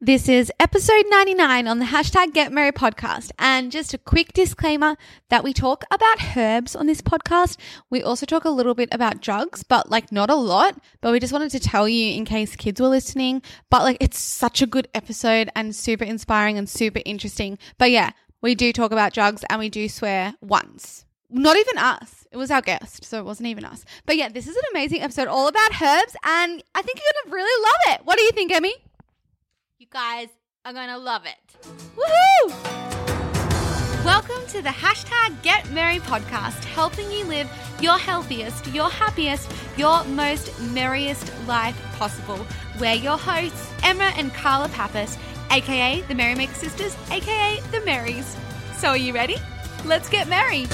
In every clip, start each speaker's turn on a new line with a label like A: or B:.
A: This is episode 99 on the hashtag Get Merry podcast. And just a quick disclaimer that we talk about herbs on this podcast. We also talk a little bit about drugs, but like not a lot. But we just wanted to tell you in case kids were listening. But like it's such a good episode and super inspiring and super interesting. But yeah, we do talk about drugs and we do swear once. Not even us. It was our guest, so it wasn't even us. But yeah, this is an amazing episode all about herbs, and I think you're gonna really love it. What do you think, Emmy?
B: You guys are going to love it.
A: Woohoo!
B: Welcome to the hashtag Get Merry podcast, helping you live your healthiest, your happiest, your most merriest life possible. We're your hosts, Emma and Carla Pappas, aka the Merrymaker Sisters, aka the Marys. So, are you ready? Let's get merry.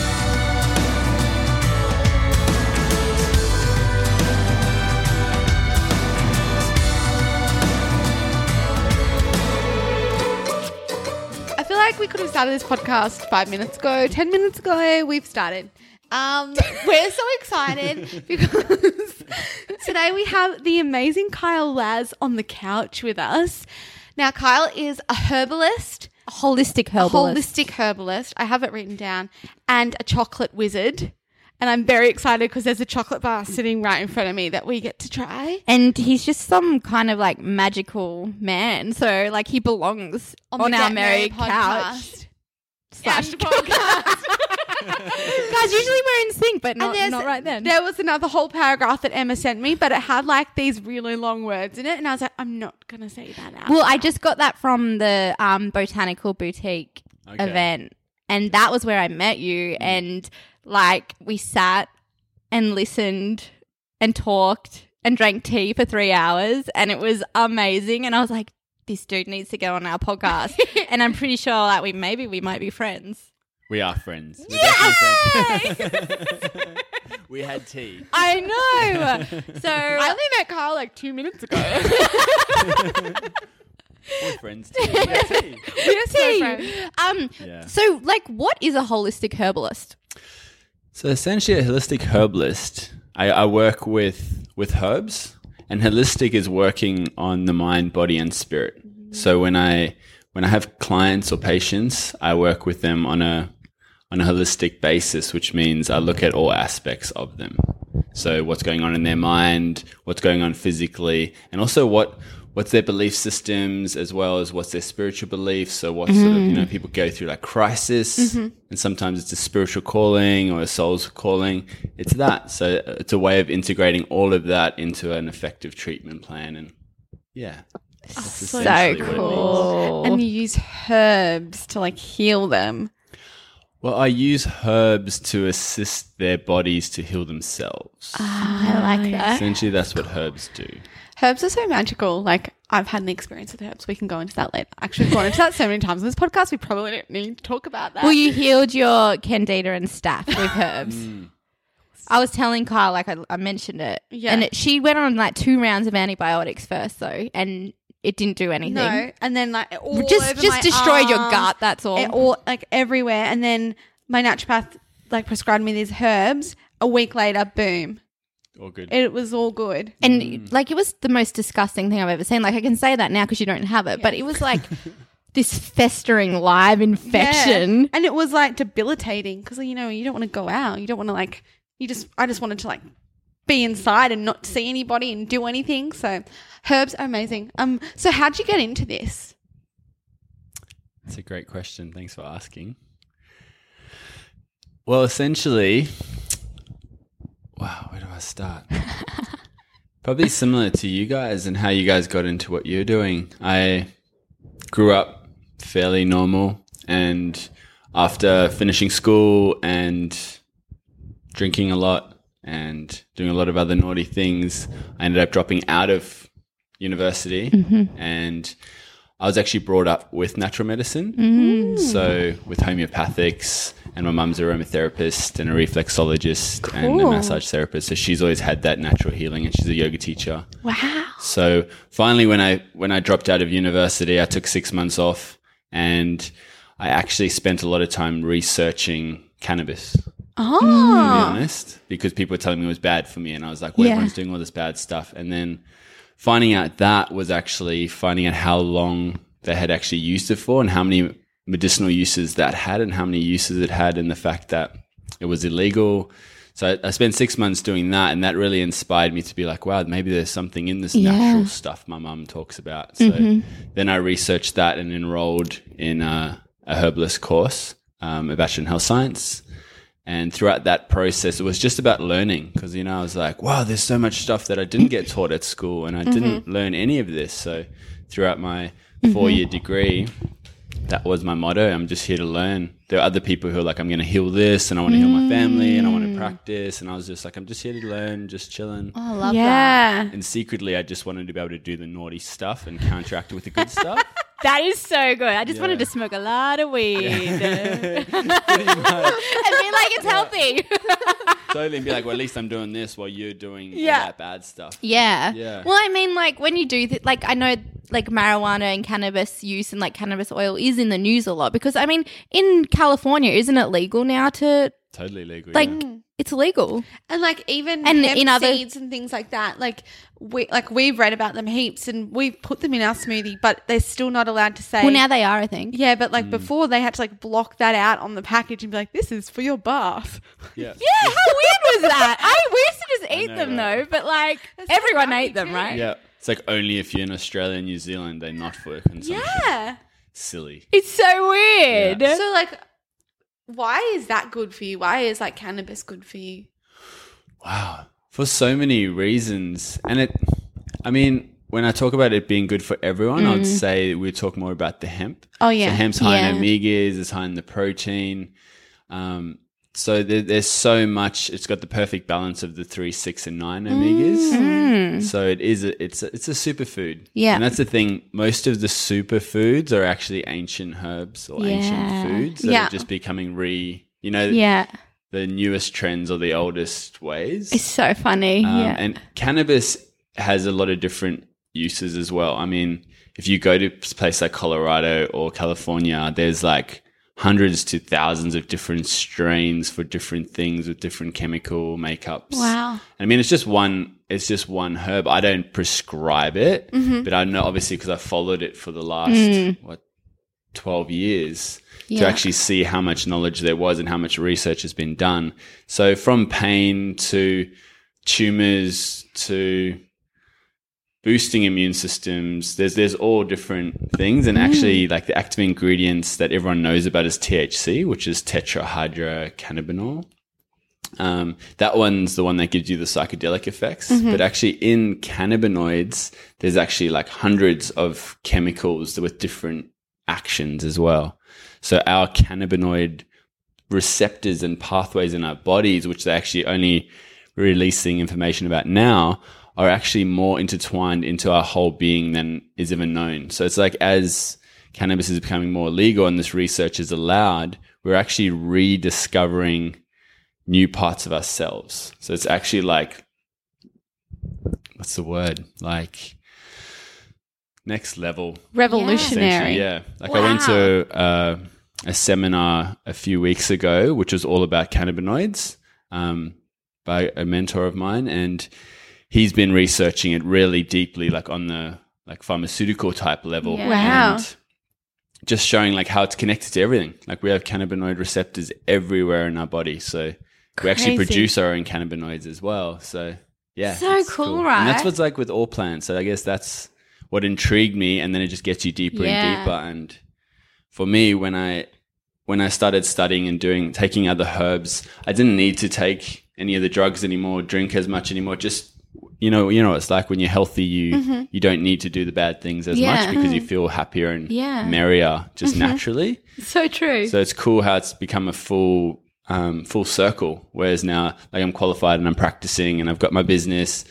A: I feel like we could have started this podcast five minutes ago, ten minutes ago. We've started. Um, we're so excited because today we have the amazing Kyle Laz on the couch with us. Now, Kyle is a herbalist,
C: A holistic
A: a
C: herbalist.
A: holistic herbalist. I have it written down, and a chocolate wizard. And I'm very excited because there's a chocolate bar sitting right in front of me that we get to try.
C: and he's just some kind of like magical man. So like he belongs on,
A: the
C: our
A: Get
C: merry couch.
A: podcast.
C: Slash
A: And podcast.
C: Guys, usually we're in sync, but not,
A: there's-
C: not right then.
A: There was another whole paragraph that Emma sent me, but it had like these really long words in it, and I was like, I'm not gonna say that out.
C: Well, I
A: loud.
C: just got that from the um, botanical boutique
D: Okay.
C: event, and that was where I met
A: Mm.
C: you. And like we sat and listened and talked and drank tea for three hours, and it was amazing. And I was like, this dude needs to go on our podcast, and I'm pretty sure like we maybe we might be friends.
D: We are friends. We're definitely friends. we had tea.
C: I know. So
A: I only met Carl like two minutes ago.
D: We're friends too. We had tea.
A: We're so
C: Tea.
A: friends.
C: um,
D: Yeah.
C: so like, what is a holistic herbalist?
D: So essentially, a holistic herbalist. I, I work with with herbs, and holistic is working on the mind, body, and spirit. So when I when I have clients or patients, I work with them on a on a holistic basis, which means I look at all aspects of them. So what's going on in their mind, what's going on physically, and also what what's their belief systems as well as what's their spiritual beliefs. So what sort of you
C: Mm-hmm.
D: know people go through like crisis, and sometimes it's a spiritual calling or a soul's calling. It's that. So it's a way of integrating all of that into an effective treatment plan, and yeah, That's
C: Oh, So
D: essentially what it means.
C: cool.
A: And you use herbs to like heal them.
D: Well, I use herbs to assist their bodies to heal themselves.
C: I like that.
D: Essentially, that's what herbs do.
A: Herbs are so magical. Like I've had an experience with herbs. We can go into that later. Actually, we've gone into that so many times on this podcast. We probably don't need to talk about that.
C: Well, you healed your candida and staph with herbs.
A: Hmm.
C: I was telling Kyle, like I, I mentioned it,
A: Yeah.
C: and it, she went on like two rounds of antibiotics first, though, and it didn't do anything.
A: no, and then like all
C: just
A: over my
C: just destroyed your
A: arms.
C: gut. That's all.
A: it all like everywhere. And then my naturopath like prescribed me these herbs. A week later, boom,
D: All good.
A: it was all good.
C: and
A: Mm.
C: like it was the most disgusting thing I've ever seen. Like I can say that now because you don't have it, but it was like this festering live infection.
A: Yeah. and it was like debilitating because you know you don't want to go out. You don't want to like you just. I just wanted to like be inside and not see anybody and do anything. So herbs are amazing. Um, so how'd you get into this?
D: That's a great question. Thanks for asking. Well, essentially, wow, where do I start? Probably similar to you guys and how you guys got into what you're doing. I grew up fairly normal. And after finishing school and drinking a lot and doing a lot of other naughty things, I ended up dropping out of university. And I was actually brought up with natural medicine. So with homeopathics, and my mum's a aromatherapist and a reflexologist and a massage therapist. So she's always had that natural healing, and she's a yoga teacher.
A: Wow.
D: So finally, when I when I dropped out of university, I took six months off, and I actually spent a lot of time researching cannabis. To be honest, because people were telling me it was bad for me, and I was like, "Well, everyone's doing all this bad stuff." And then finding out that was actually finding out how long they had actually used it for, and how many medicinal uses that had, and how many uses it had, and the fact that it was illegal. So I, I spent six months doing that, and that really inspired me to be like, wow, maybe there's something in this natural stuff my mum talks about. So then I researched that and enrolled in a, a herbalist course, um, a bachelor in health science. And throughout that process, it was just about learning because, you know, I was like, wow, there's so much stuff that I didn't get taught at school and I
C: Mm-hmm.
D: didn't learn any of this. So throughout my four year degree, that was my motto. I'm just here to learn. There are other people who are like, I'm going to heal this and I want to heal my family and I
C: Mm.
D: want to practice. And I was just like, I'm just here to learn, just chilling.
C: I love
A: Yeah.
D: And secretly, I just wanted to be able to do the naughty stuff and counteract it with the good stuff.
C: that. That is so good. I just wanted
D: Yeah.
C: to smoke a lot of weed and be like,
D: Pretty much.
C: it's healthy.
D: Totally. And be like, well, at least I'm doing this while you're doing all
C: Yeah.
D: that bad stuff.
C: Yeah.
D: Yeah.
C: Well, I mean, like when you do, th- like I know, like marijuana and cannabis use and like cannabis oil is in the news a lot because I mean, in California, isn't it legal now to
D: Totally legal.
C: like?
D: yeah.
C: It's illegal.
A: And like even
C: And
A: hemp
C: in other-
A: seeds and things like that, like we like we've read about them heaps and we've put them in our smoothie, but they're still not allowed to say.
C: Well, now they are, I think.
A: yeah, but
D: Mm.
A: like before they had to like block that out on the package and be like, "This is for your bath."
D: yeah.
C: Yeah, how weird was that? I we used to just eat
D: know,
C: them
D: right?
C: though, but like
A: That's so
C: everyone
A: yummy,
C: ate them,
A: too.
C: right?
D: Yeah. It's like only if you're in Australia and New Zealand, they're not for consumption.
A: Yeah.
D: Silly.
C: It's so weird.
D: Yeah.
A: So like, why is that good for you? Why is like cannabis good for you?
D: Wow. For so many reasons. And it, I mean, when I talk about it being good for everyone, I would say we talk more about the hemp.
A: Oh, Mm. yeah.
D: So hemp's high in
C: Yeah.
D: omegas, it's high in the protein. Um, so there, there's so much. It's got the perfect balance of the three, six, and nine omegas.
C: Mm.
D: So it is. A, it's a, it's a superfood.
C: Yeah.
D: and that's the thing. Most of the superfoods are actually ancient herbs or
C: Yeah.
D: ancient foods that
A: Yeah.
D: are just becoming re. You know,
C: Yeah.
D: the newest trends or the oldest ways.
C: It's so funny.
D: Um,
C: yeah.
D: And cannabis has a lot of different uses as well. I mean, if you go to a place like Colorado or California, there's like hundreds to thousands of different strains for different things with different chemical makeups.
C: Wow.
D: I mean, it's just one. It's just one herb. I don't prescribe it,
C: Mm-hmm.
D: but I know obviously because I followed it for the last what twelve years to
C: Mm. Yeah.
D: actually see how much knowledge there was and how much research has been done. So from pain to tumors to boosting immune systems, there's there's all different things, and actually like the active ingredients that everyone knows about is THC, which is tetrahydrocannabinol. Um, that one's the one that gives you the psychedelic effects. But actually, in cannabinoids, there's actually like hundreds of chemicals with different actions as well. So our cannabinoid receptors and pathways in our bodies, which they're actually only releasing information about now, are actually more intertwined into our whole being than is ever known. So it's like as cannabis is becoming more legal and this research is allowed, we're actually rediscovering new parts of ourselves. So it's actually like, what's the word? Like, next level
C: Revolutionary.
D: essentially, Yeah. Like I went to uh, a seminar a few weeks ago, which was all about cannabinoids um, by a mentor of mine, and he's been researching it really deeply, like on the like pharmaceutical type level.
A: Wow.
D: And just showing like how it's connected to everything. Like we have cannabinoid receptors everywhere in our body, so we
C: Crazy.
D: actually produce our own cannabinoids as well. So yeah,
C: So
D: it's
C: cool,
D: And that's
C: right?
D: what's like with all plants. So I guess that's what intrigued me, and then it just gets you deeper
C: Yeah.
D: and deeper. And for me, when I when I started studying and doing taking other herbs, I didn't need to take any of the drugs anymore, drink as much anymore. Just you know, you know, it's like when you're healthy, you you don't need to do the bad things as
C: Mm-hmm. Yeah. Mm-hmm.
D: much because you feel happier and
C: Yeah. Mm-hmm.
D: merrier just naturally.
C: So true.
D: So it's cool how it's become a full um, full circle. Whereas now, like I'm qualified and I'm practicing and I've got my business,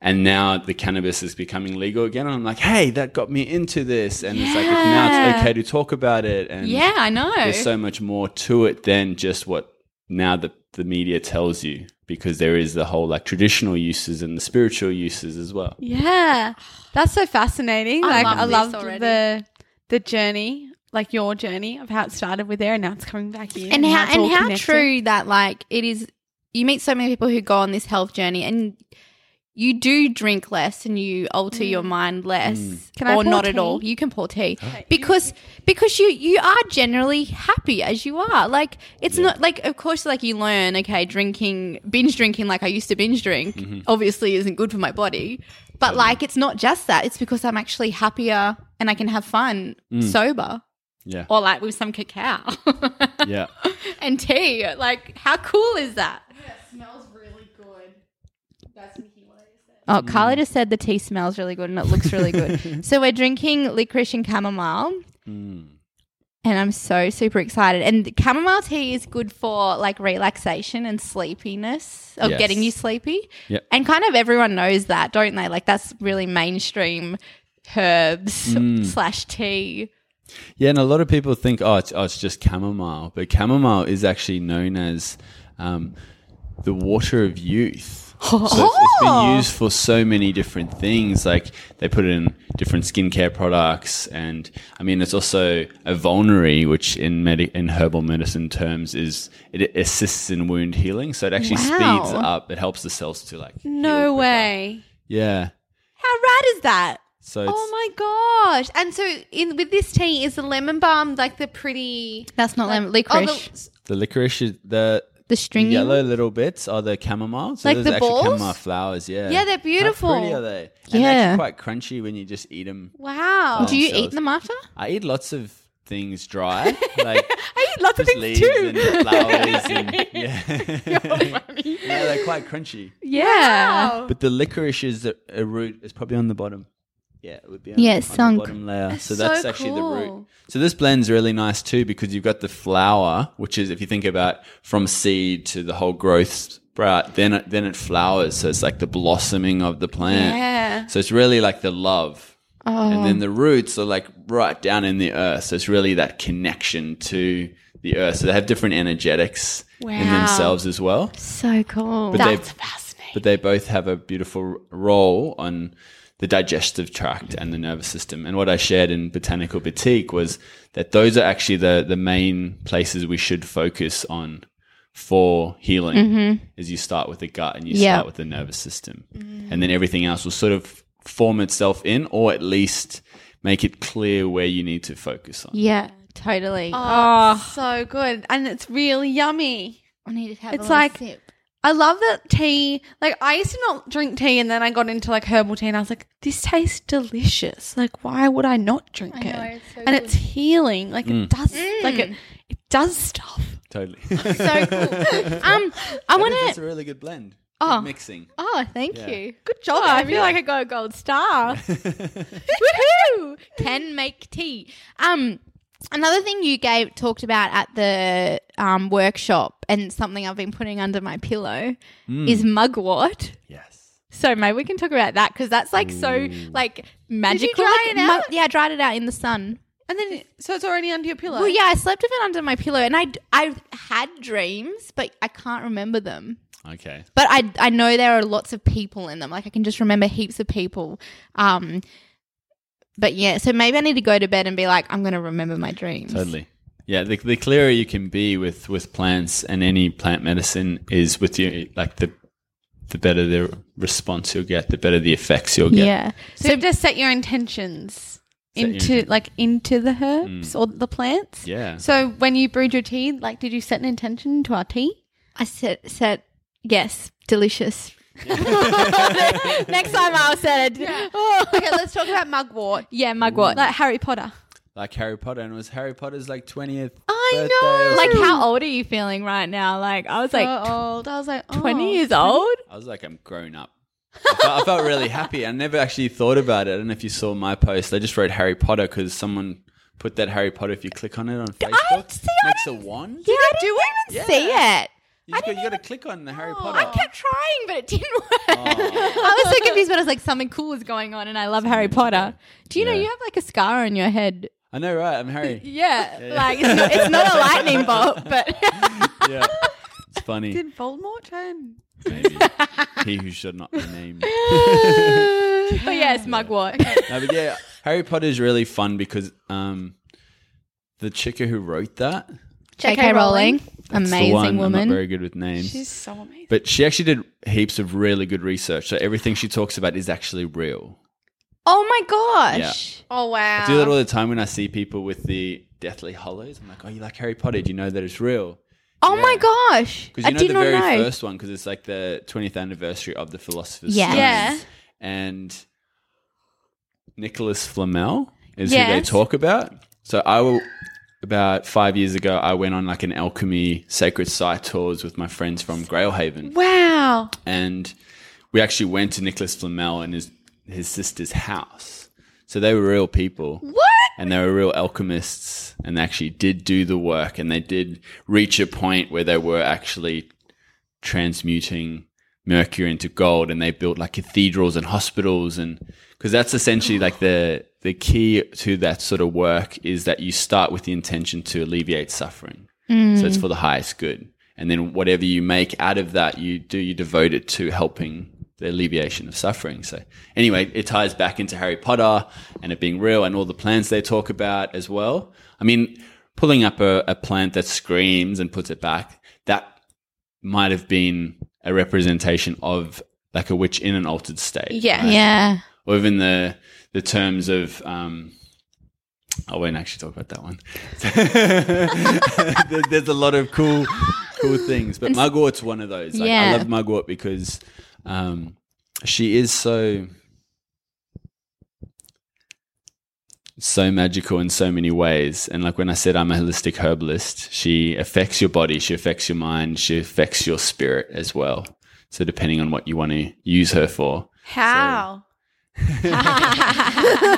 D: and now the cannabis is becoming legal again. And I'm like, hey, that got me into this, and it's like now it's okay to talk about it. And
C: yeah, I know.
D: there's so much more to it than just what now the the media tells you because there is the whole like traditional uses and the spiritual uses as well.
A: Yeah. That's so fascinating.
B: I
A: like
B: love
A: I
B: this
A: loved
B: already.
A: the the journey, like your journey of how it started with there and now it's coming back in.
C: and how
A: it's all
C: and how
A: connected.
C: true that like it is you meet so many people who go on this health journey and you do drink less and you alter your mind less
A: Mm. Can I pour
C: or not
A: tea?
C: at all you can pour tea because because you you are generally happy as you are like it's not like of course like you learn okay drinking binge drinking like i used to binge drink obviously isn't good for my body but like it's not just that it's because i'm actually happier and i can have fun sober
D: Yeah,
C: or like with some cacao
D: yeah.
C: and tea. Like, how cool is that? Oh, Carly just said the tea smells really good and it looks really good. so we're drinking licorice and chamomile,
D: Mm.
C: and I'm so super excited. And chamomile tea is good for like relaxation and sleepiness, or
D: Yes.
C: getting you sleepy.
D: Yep.
C: And kind of everyone knows that, don't they? Like that's really mainstream herbs slash tea.
D: Yeah, and a lot of people think, oh, it's, oh, it's just chamomile, but chamomile is actually known as um, the water of youth. So it's, it's been used for so many different things. Like they put it in different skincare products, and I mean, it's also a vulnerary, which in medi- in herbal medicine terms is it assists in wound healing. So it actually
C: Wow.
D: speeds up. It helps the cells to like. heal
A: No
D: quicker.
A: way.
D: Yeah.
C: How rad is that?
D: So it's,
A: Oh my gosh. And so in with this tea is the lemon balm like the pretty
C: That's not lemon
A: oh,
C: licorice.
A: the-
D: the licorice, is the
C: the stringy
D: yellow little bits are the chamomile. So
C: Like
D: those
C: the
D: are actually
C: balls?
D: chamomile flowers. Yeah.
A: Yeah, they're beautiful.
D: How pretty are they? And they're
C: Yeah. Oh.
D: actually quite crunchy when you just eat them.
A: Wow.
C: Do you
D: themselves.
C: eat them after?
D: I eat lots of things dry, like
C: I eat lots
D: just leaves and flowers. and, yeah. yeah, they're quite crunchy.
C: Yeah.
D: But the licorice is a, a root. It's probably on the bottom. Yeah, it would be on,
C: Yeah,
D: on
C: it's sunk.
D: the bottom layer. So
A: so
D: that's actually the root.
A: cool.
D: So this blend's really nice too because you've got the flower, which is if you think about from seed to the whole growth sprout, then it, then it flowers. So it's like the blossoming of the plant.
A: Yeah. Oh.
D: So it's really like the love. And then the roots are like right down in the earth. So it's really that connection to the earth. So they have different energetics in
A: Wow.
D: themselves as well.
C: So cool.
D: But
A: That's
D: they,
A: fascinating.
D: but they both have a beautiful role on the digestive tract and the nervous system. And what I shared in Botanical Boutique was that those are actually the, the main places we should focus on for healing is you start with the gut and you
C: Mm-hmm. Yeah.
D: start with the nervous system. And then everything else will sort of form itself in or at least make it clear where you need to focus on.
C: yeah, totally.
A: Oh, so good. And it's really yummy.
C: I need to have
A: It's like I love that tea. Like I used to not drink tea, and then I got into like herbal tea, and I was like, "This tastes delicious. Like, why would I not drink it?" and it's Mm. healing. Like it does. Like it, it does stuff.
D: Totally.
C: so cool. Um, I want
D: It's
C: to.
D: a really good blend.
C: Oh.
D: Good mixing.
C: Oh, thank
D: Yeah.
C: you.
A: Good job.
C: Oh, I feel
A: Abby.
C: like I got a gold star. Woohoo! Can make tea. Um, another thing you gave talked about at the um, workshop and something I've been putting under my pillow is mugwort.
D: Yes.
C: So maybe we can talk about that because that's like so like magical.
A: dry it
C: like, mu-
A: out?
C: yeah, I dried it out in the sun.
A: and then so it's already under your pillow.
C: Well, yeah, I slept with it under my pillow, and I I had dreams, but I can't remember them.
D: Okay.
C: But I I know there are lots of people in them. Like I can just remember heaps of people. Um, but yeah, so maybe I need to go to bed and be like, I'm going to remember my dreams.
D: Totally. Yeah, the, the clearer you can be with with plants and any plant medicine is with you, like the the better the response you'll get, the better the effects you'll
C: Yeah.
D: get.
A: So, just set your intentions
D: Set your
A: into
D: intention.
A: like into the herbs or the plants.
D: Yeah.
A: So when you brewed your tea, like, did you set an intention to our tea?
C: I said said yes, delicious. Next time I'll said yeah,
A: okay, let's talk about mugwort,
C: mugwort.
A: like Harry Potter.
D: Like Harry Potter, and it was Harry Potter's like twentieth.
A: I
D: birthday
A: know.
D: or
C: like
D: something.
C: how old are you feeling right now? Like I was like
A: so old. I was like, oh,
C: twenty years old.
D: I was like, I'm grown up. I felt, I felt really happy. I never actually thought about it. I don't know if you saw my post. I just wrote Harry Potter because someone put that Harry Potter. If you click on it on Facebook,
C: see, I
D: makes a wand.
C: Yeah, I didn't even see it. Oh,
D: You, just got, you got to click on the Harry Potter.
C: I kept trying, but it didn't work.
D: Oh.
C: I was so confused, but I was like, something cool is going on, and I love Harry Potter. Do you know
D: Yeah.
C: you have like a scar on your head?
D: I know, right? I'm Harry.
C: Yeah,
D: yeah.
C: like it's not, it's not a lightning bolt, but
D: yeah, it's funny.
E: Did Voldemort try and
D: Maybe he who should not be named.
A: Oh,
C: but yeah, it's mugwort.
D: No, but yeah, Harry Potter is really fun because um, the chick who wrote that,
C: J.K. Rowling,
D: that's the
C: amazing
D: one- I'm
C: woman.
D: not very good with names,
E: She's so amazing.
D: but she actually did heaps of really good research. So everything she talks about is actually real.
C: oh my gosh!
E: Oh wow.
D: I do that all the time when I see people with the Deathly Hollows. I'm like, oh, you like Harry Potter? Do you know that it's real?
C: Oh
D: Yeah.
C: my gosh!
D: Because
C: I
D: you know
C: did
D: the
C: not
D: very
C: know.
D: first one, because it's like the 20th anniversary of the Philosopher's
C: Yeah.
D: Stone.
C: Yeah.
D: And Nicholas Flamel is who they
C: Yes.
D: talk about. So I will, about five years ago, I went on like an alchemy sacred site tours with my friends from Grailhaven.
C: Wow!
D: And we actually went to Nicholas Flamel and his, his sister's house. So they were real people
C: What?
D: and they were real alchemists and they actually did do the work and they did reach a point where they were actually transmuting mercury into gold and they built like cathedrals and hospitals and because that's essentially like the the key to that sort of work is that you start with the intention to alleviate suffering so
E: Mm.
D: it's for the highest good and then whatever you make out of that you do you devote it to helping the alleviation of suffering so anyway it ties back into harry potter and it being real and all the plants they talk about as well i mean pulling up a, a plant that screams and puts it back that might have been a representation of like a witch in an altered state
E: Yeah.
D: right?
C: Yeah.
D: or even the the terms of um I won't actually talk about that one. There- There's a lot of cool cool things, but Mugwort's one of those. Like, I
C: Yeah.
D: love Mugwort because um, she is so so magical in so many ways. And like when I said I'm a holistic herbalist, she affects your body, she affects your mind, she affects your spirit as well. So depending on what you want to use her for,
E: How?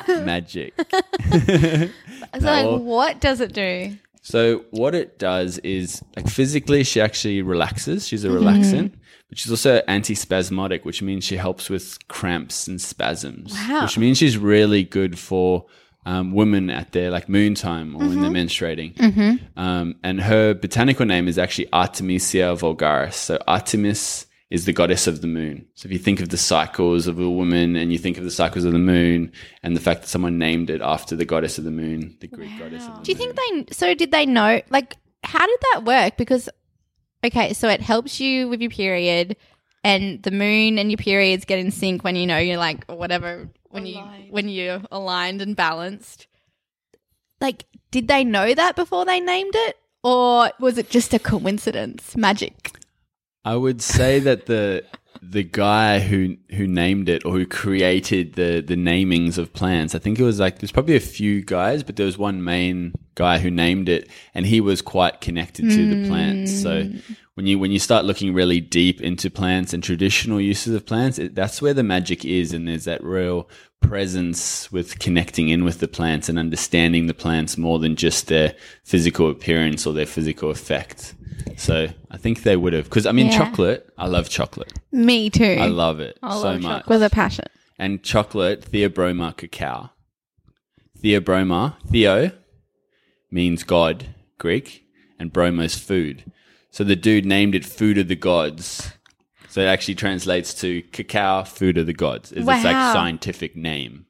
D: magic.
A: So, like,
D: No.
A: what does it do?
D: So what it does is like physically she actually relaxes. She's a
C: Mm-hmm.
D: relaxant, but she's also antispasmodic, which means she helps with cramps and spasms.
A: Wow.
D: Which means she's really good for um, women at their like moon time or when they're
C: Mm-hmm.
D: menstruating. Um, and her botanical name is actually Artemisia vulgaris. So Artemis is the goddess of the moon. So if you think of the cycles of a woman and you think of the cycles of the moon and the fact that someone named it after the goddess of the moon, the Greek goddess of the moon.
C: Do you think they? So did they know? Like, how did that work? Because okay, so it helps you with your period, and the moon and your periods get in sync when you know you're like whatever when you when you're aligned and balanced. Like, did they know that before they named it, or was it just a coincidence? Magic.
D: I would say that the the guy who who named it or who created the the namings of plants, I think it was like there's probably a few guys, but there was one main guy who named it, and he was quite connected to the plants. So when you when you start looking really deep into plants and traditional uses of plants, it, that's where the magic is, and there's that real presence with connecting in with the plants and understanding the plants more than just their physical appearance or their physical effect. So I think they would have because I mean chocolate. I love chocolate.
C: Me too.
D: I love it so much.
C: with a passion.
D: And chocolate Theobroma cacao. Theobroma Theo means God Greek, and broma's food. So the dude named it food of the gods. So it actually translates to cacao, food of the gods. It's its like
C: Wow.
D: scientific name.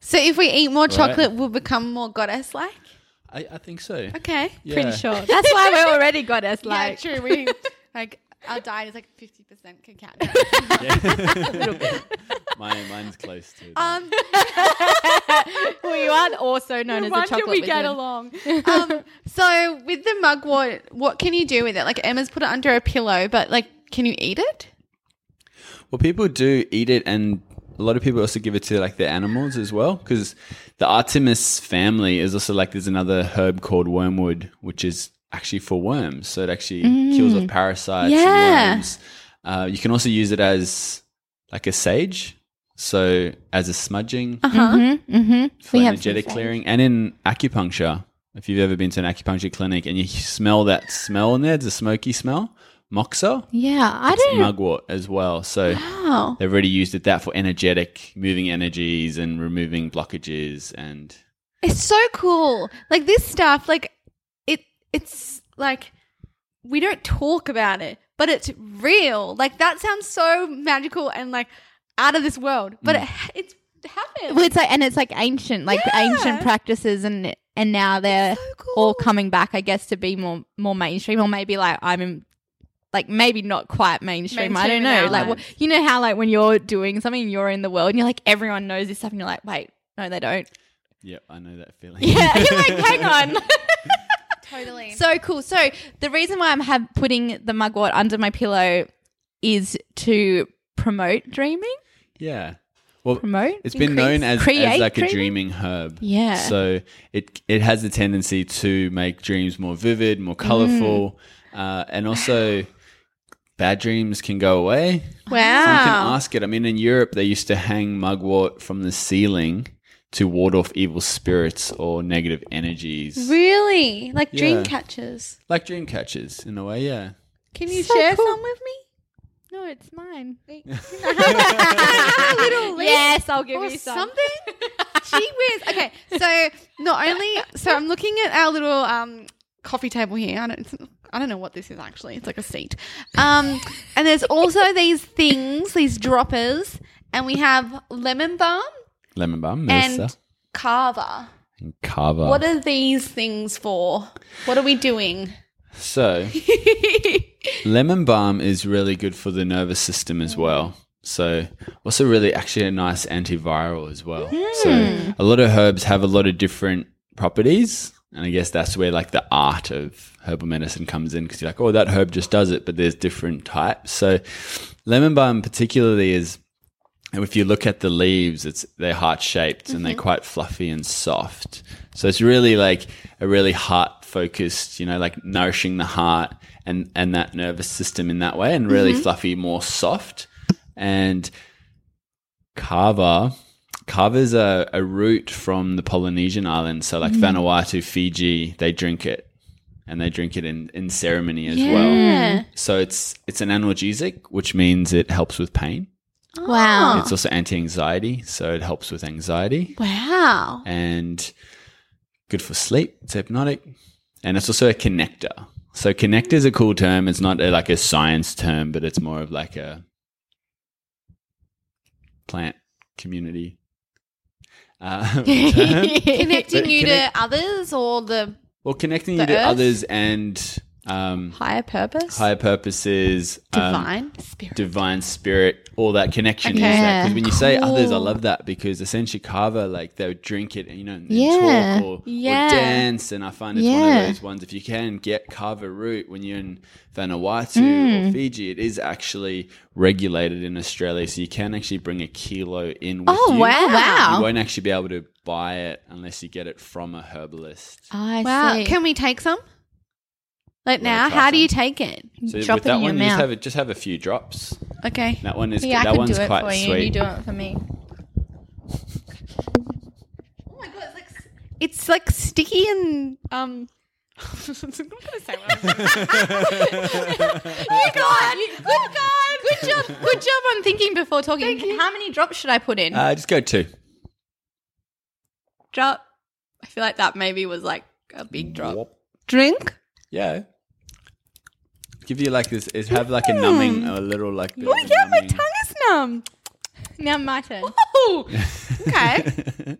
C: So if we eat more
D: Right.
C: chocolate, we'll become more goddess-like.
D: I, I think so.
C: Okay,
D: Yeah.
C: pretty sure. That's why we're already goddess-like.
E: yeah, true. We like our diet is like fifty percent cacao.
D: Mine, mine's close to. that.
E: um,
C: We are also known as a
E: wonder
C: chocolate
E: we get
C: wizard.
E: along.
A: Um, so, with the mugwort, what can you do with it? Like, Emma's put it under a pillow, but like, can you eat it?
D: Well, people do eat it, and a lot of people also give it to like their animals as well, because the Artemis family is also like there's another herb called wormwood, which is actually for worms, so it actually kills off parasites.
C: Mm. Yeah.
D: and worms. Uh, you can also use it as like a sage. So as a smudging,
C: Mm-hmm. Mm-hmm.
D: for
C: We have
D: energetic clearing, and in acupuncture. If you've ever been to an acupuncture clinic and you smell that smell in there, it's a smoky smell. Moxa,
C: yeah. I
D: it's
C: don't. Ah.
D: mugwort as well. So
A: Oh,
C: Wow.
D: they've already used it that for energetic, moving energies and removing blockages and
A: It's so cool. Like this stuff, like it it's like we don't talk about it, but it's real. Like that sounds so magical and like out of this world. But it it's happened.
C: Well, it's like, and it's like ancient, like ancient practices, and and now they're all coming back, I guess, to be more more mainstream, or maybe like I'm. In, like maybe not quite mainstream. I don't
E: Mainstream in
C: know.
E: our
C: Like
E: lives.
C: wh- you know how like when you're doing something, you're in the world, and you're like everyone knows this stuff, and you're like, wait, no, they don't.
D: yeah, I know that feeling.
C: Yeah, you're like, hang on.
E: Totally.
C: So cool. So the reason why I'm have putting the mugwort under my pillow is to promote dreaming.
D: yeah. Well,
C: Promote.
D: It's been
C: Increase?
D: known as,
C: Create
D: as like a
C: dreaming?
D: dreaming herb.
C: Yeah.
D: So it it has the tendency to make dreams more vivid, more
C: Mm.
D: colorful, uh, and also bad dreams can go away. Someone
C: Ah.
D: can ask it. I mean, in Europe, they used to hang mugwort from the ceiling to ward off evil spirits or negative energies,
A: really like
D: Yeah.
A: dream catchers.
D: like dream catchers in a way. Yeah.
A: Can you share some with me?
C: No, it's mine.
A: little link
C: yes, I'll give
A: or
C: you some.
A: something?
E: Gee whiz. Okay, so not only so I'm looking at our little um coffee table here. I don't I don't know what this is actually. It's like a seat. Um, and there's also these things, these droppers, and we have lemon balm
D: Lemon balm,
E: and
D: Melissa,
E: kava.
D: and kava.
E: What are these things for? What are we doing?
D: So, lemon balm is really good for the nervous system as well. So, also really actually a nice antiviral as well.
E: Hmm.
D: So, a lot of herbs have a lot of different properties, and I guess that's where like the art of herbal medicine comes in because you're like, oh, that herb just does it, but there's different types. So, lemon balm particularly is and if you look at the leaves, it's they're heart shaped and they're quite fluffy and soft. So it's really like a really heart focused, you know, like nourishing the heart and and that nervous system in that way, and really fluffy, more soft. And kava, kava is a, a root from the Polynesian islands, so like Vanuatu, Fiji, they drink it, and they drink it in in ceremony as well. So it's it's an analgesic, which means it helps with pain.
C: Wow.
D: It's also anti anxiety, so it helps with anxiety
A: Wow.
D: and good for sleep. It's hypnotic. And it's also a connector. So, connector is a cool term. It's not a, like a science term, but it's more of like a plant community. Uh, term.
E: Connecting
D: But
E: you
D: connect-
E: to others or the
D: well, connecting you
E: The
D: to
E: earth?
D: others and um,
E: higher purpose?
D: higher purposes, um,
E: divine spirit.
D: divine spirit, all that connection is
C: Okay.
D: that. Because when you say others, I
E: Cool.
D: love that because essentially kava, like they would drink it and you know, and
C: Yeah.
D: talk or,
C: Yeah.
D: or dance. And I find it's one
C: Yeah.
D: of those ones. If you can get kava root when you're in Vanuatu
C: Hmm.
D: or Fiji, it is actually regulated in Australia, so you can actually bring a kilo in. With
C: Oh,
D: you.
C: wow.
D: You won't actually be able to buy it unless you get it from a herbalist.
C: I
E: Wow.
C: see.
E: Can we take some? Like
D: Wanna
E: now,
D: try
E: how do
D: some?
E: you take it?
D: So
C: Drop
D: with
C: it
D: that
C: in your
D: one, you just
C: mouth.
D: have it. Just have a few drops.
E: Okay.
D: That one is
C: Yeah, I
D: that
C: can
D: one's
C: do it
D: quite
C: for
D: sweet.
C: you. and You do it for me.
E: Oh my god, it's like s- it's like sticky and um. I'm gonna say what I'm-
C: Good God. Good God. Good job. Good job on thinking before talking. How many drops should I put in?
D: Uh, just go two.
C: drop. I feel like that maybe was like a big drop.
A: Drink?
D: Yeah. Give you like this. It have like a numbing, a little like. Bit of a numbing.
A: It's numb.
C: Now my turn.
E: oh, okay.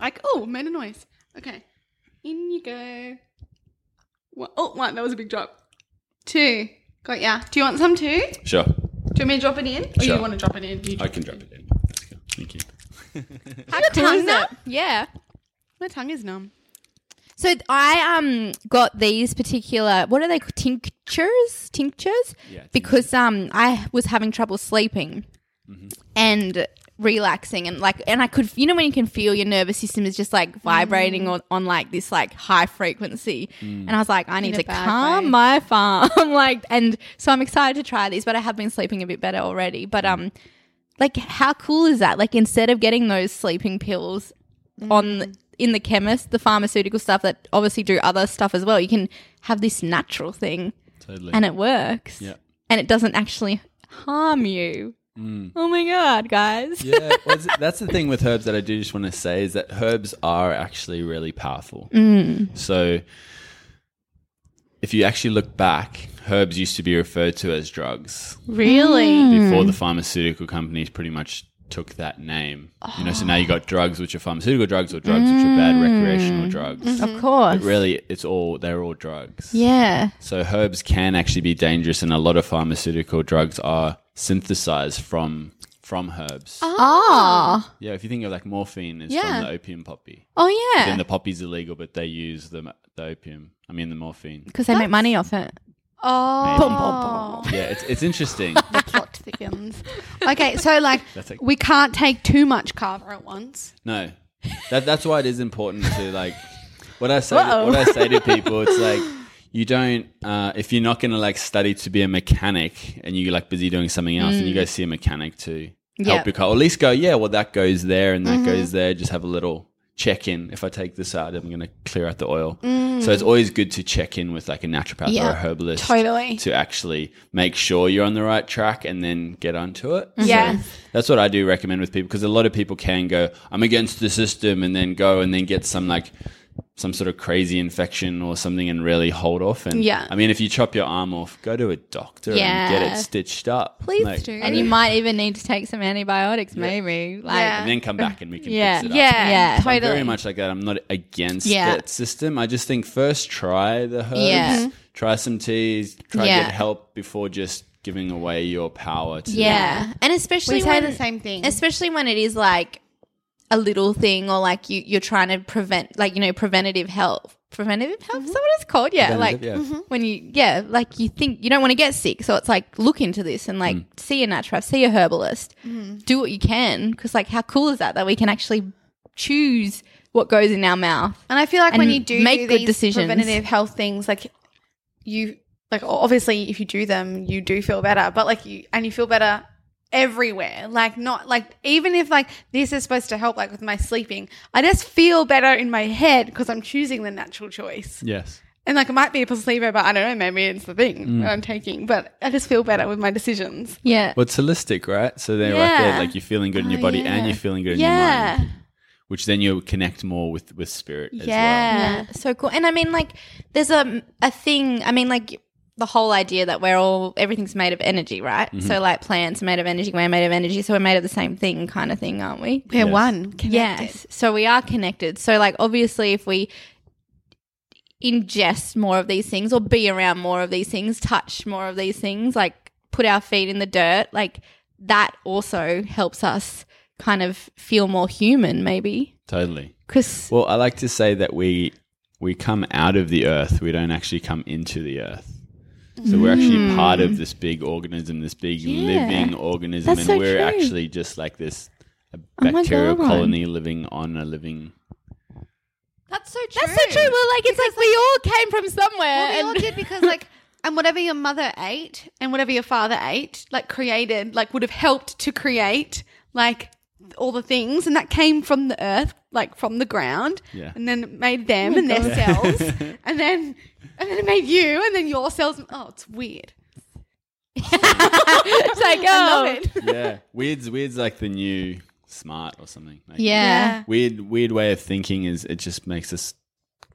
E: Like oh, made a noise. Okay, in you go. One, oh, one. That was a big drop. Two. Got ya. Do you want some too? Do you
D: Sure,
E: want me to drop it in? Or
D: Sure.
E: you want to drop it in? You
D: I
E: drop
D: can drop it in. Thank you.
C: tongue up. Yeah.
E: My tongue is numb.
C: So th- I um got these particular what are they called? tinctures tinctures
D: Yeah,
C: because um I was having trouble sleeping and relaxing and like and I could you know when you can feel your nervous system is just like vibrating
E: Mm.
C: on, on like this like high frequency and I was like I need
E: a
C: to
E: bad
C: calm
E: way.
C: my farm like and so I'm excited to try these but I have been sleeping a bit better already but um like how cool is that? Like instead of getting those sleeping pills
D: Mm.
C: on in the chemist, the pharmaceutical stuff that obviously do other stuff as well, you can have this natural thing
D: Totally.
C: and it works.
D: Yeah.
C: And it doesn't actually harm you.
D: Mm.
C: Oh my god, guys.
D: yeah, well, it's- that's the thing with herbs that I do just want to say is that herbs are actually really powerful. So, if you actually look back, herbs used to be referred to as drugs
E: Really?
D: before the pharmaceutical companies pretty much took that name. You know, so now you got drugs which are pharmaceutical drugs or drugs which are bad recreational drugs.
C: Of course.
D: But really, it's all they're all drugs.
C: Yeah.
D: So herbs can actually be dangerous, and a lot of pharmaceutical drugs are synthesized from from herbs.
C: Oh.
D: Yeah, if you think of like morphine, it's
E: Yeah.
D: from the opium poppy.
C: Oh
D: Then
C: yeah.
D: the poppy's illegal, but they use the the opium. I mean the morphine.
C: Because they make money off it.
E: Oh.
D: Maybe. Yeah, it's it's interesting.
E: The plot thickens. Okay, so like
D: That's like-
E: we can't take too much carver at once.
D: no, that that's why it is important to like what I say. what I say to people, it's like you don't uh, if you're not going to like study to be a mechanic and you're like busy doing something else, and you go see a mechanic to
C: Yeah.
D: help your car, or at least go yeah, well that goes there and that goes there. Just have a little check in. If I take this out, I'm going to clear out the oil. So it's always good to check in with like a naturopath or a herbalist.
E: Totally.
D: to actually make sure you're on the right track and then get onto it.
E: Yeah.
D: That's what I do recommend with people because a lot of people can go, I'm against the system, and then go and then get some like some sort of crazy infection or something and really hold off. And
E: Yeah.
D: I mean, if you chop your arm off, go to a doctor
C: Yeah.
D: and get it stitched up.
C: Please
D: Like,
C: do.
D: I
C: And you
D: mean,
C: might even need to take some antibiotics, maybe. Like
E: Yeah.
D: And then come back and we can
C: Yeah.
D: fix it up.
E: Yeah,
C: Yeah.
D: So I'm
E: totally.
D: very much like that. I'm not against
C: uh, Yeah.
D: that system. I just think first try the herbs,
C: Yeah. Mm-hmm.
D: try some teas, try
C: Yeah.
D: to get help before just giving away your power to
C: Yeah. And especially
E: we say
C: when-
E: the same
D: Mm-hmm.
E: thing.
C: especially when it is like a little thing or like you you're trying to prevent like you know preventative health preventative health is that what it's called yeah like mm-hmm.
D: Preventative, yeah.
C: when you yeah like you think you don't want to get sick so it's like look into this and like
D: Mm.
C: see a naturopath see a herbalist do what you can because like how cool is that that we can actually choose what goes in our mouth
E: And I feel like when
C: and
E: you do
C: make
E: do
C: good
E: these
C: decisions.
E: preventative health things, like you, like o- obviously, if you do them, you do feel better. But like you, and you feel better everywhere. Like not like even if like this is supposed to help, like with my sleeping, I just feel better in my head because I'm choosing the natural choice.
D: Yes.
E: And like it might be a placebo, but I don't know. Maybe it's the thing that I'm taking. But I just feel better with my decisions.
C: yeah
D: Well, it's holistic, right? So they're like,
C: Yeah. Oh,
D: they're, like you're feeling good in your body and you're feeling good in
C: yeah
D: your mind, which then you connect more with with spirit as well.
C: Yeah, so cool. And I mean, like, there's a a thing. I mean, like the whole idea that we're all everything's made of energy, right?
D: Mm-hmm.
C: So like plants are made of energy, we're made of energy, so we're made of the same thing, kind of thing, aren't we?
E: We're
D: Yes.
E: one.
C: Yes. So we are connected. So like, obviously, if we ingest more of these things, or be around more of these things, touch more of these things, like put our feet in the dirt, like that also helps us kind of feel more human, maybe.
D: Totally.
C: Because
D: Well, I like to say that we we come out of the earth. We don't actually come into the earth. So we're
C: Hmm.
D: actually part of this big organism, this big living organism,
C: That's
D: and
C: so
D: we're
C: true. Oh
D: actually just like this a
C: my
D: bacterial
C: God.
D: colony living on a living.
E: That's so true.
C: That's so true. Well, like it's like, we all came from somewhere,
E: Well, we all
C: and
E: did because like and whatever your mother ate and whatever your father ate, like created, like would have helped to create like all the things and that came from the earth, like from the ground.
D: Yeah.
E: And then it made them
C: Oh
E: and their cells. and then and then it made you and then your cells oh it's weird.
C: it's like oh,
E: I love it.
D: yeah, weird's weird's like the new smart or something. Like,
C: yeah,
D: weird weird way of thinking is it just makes us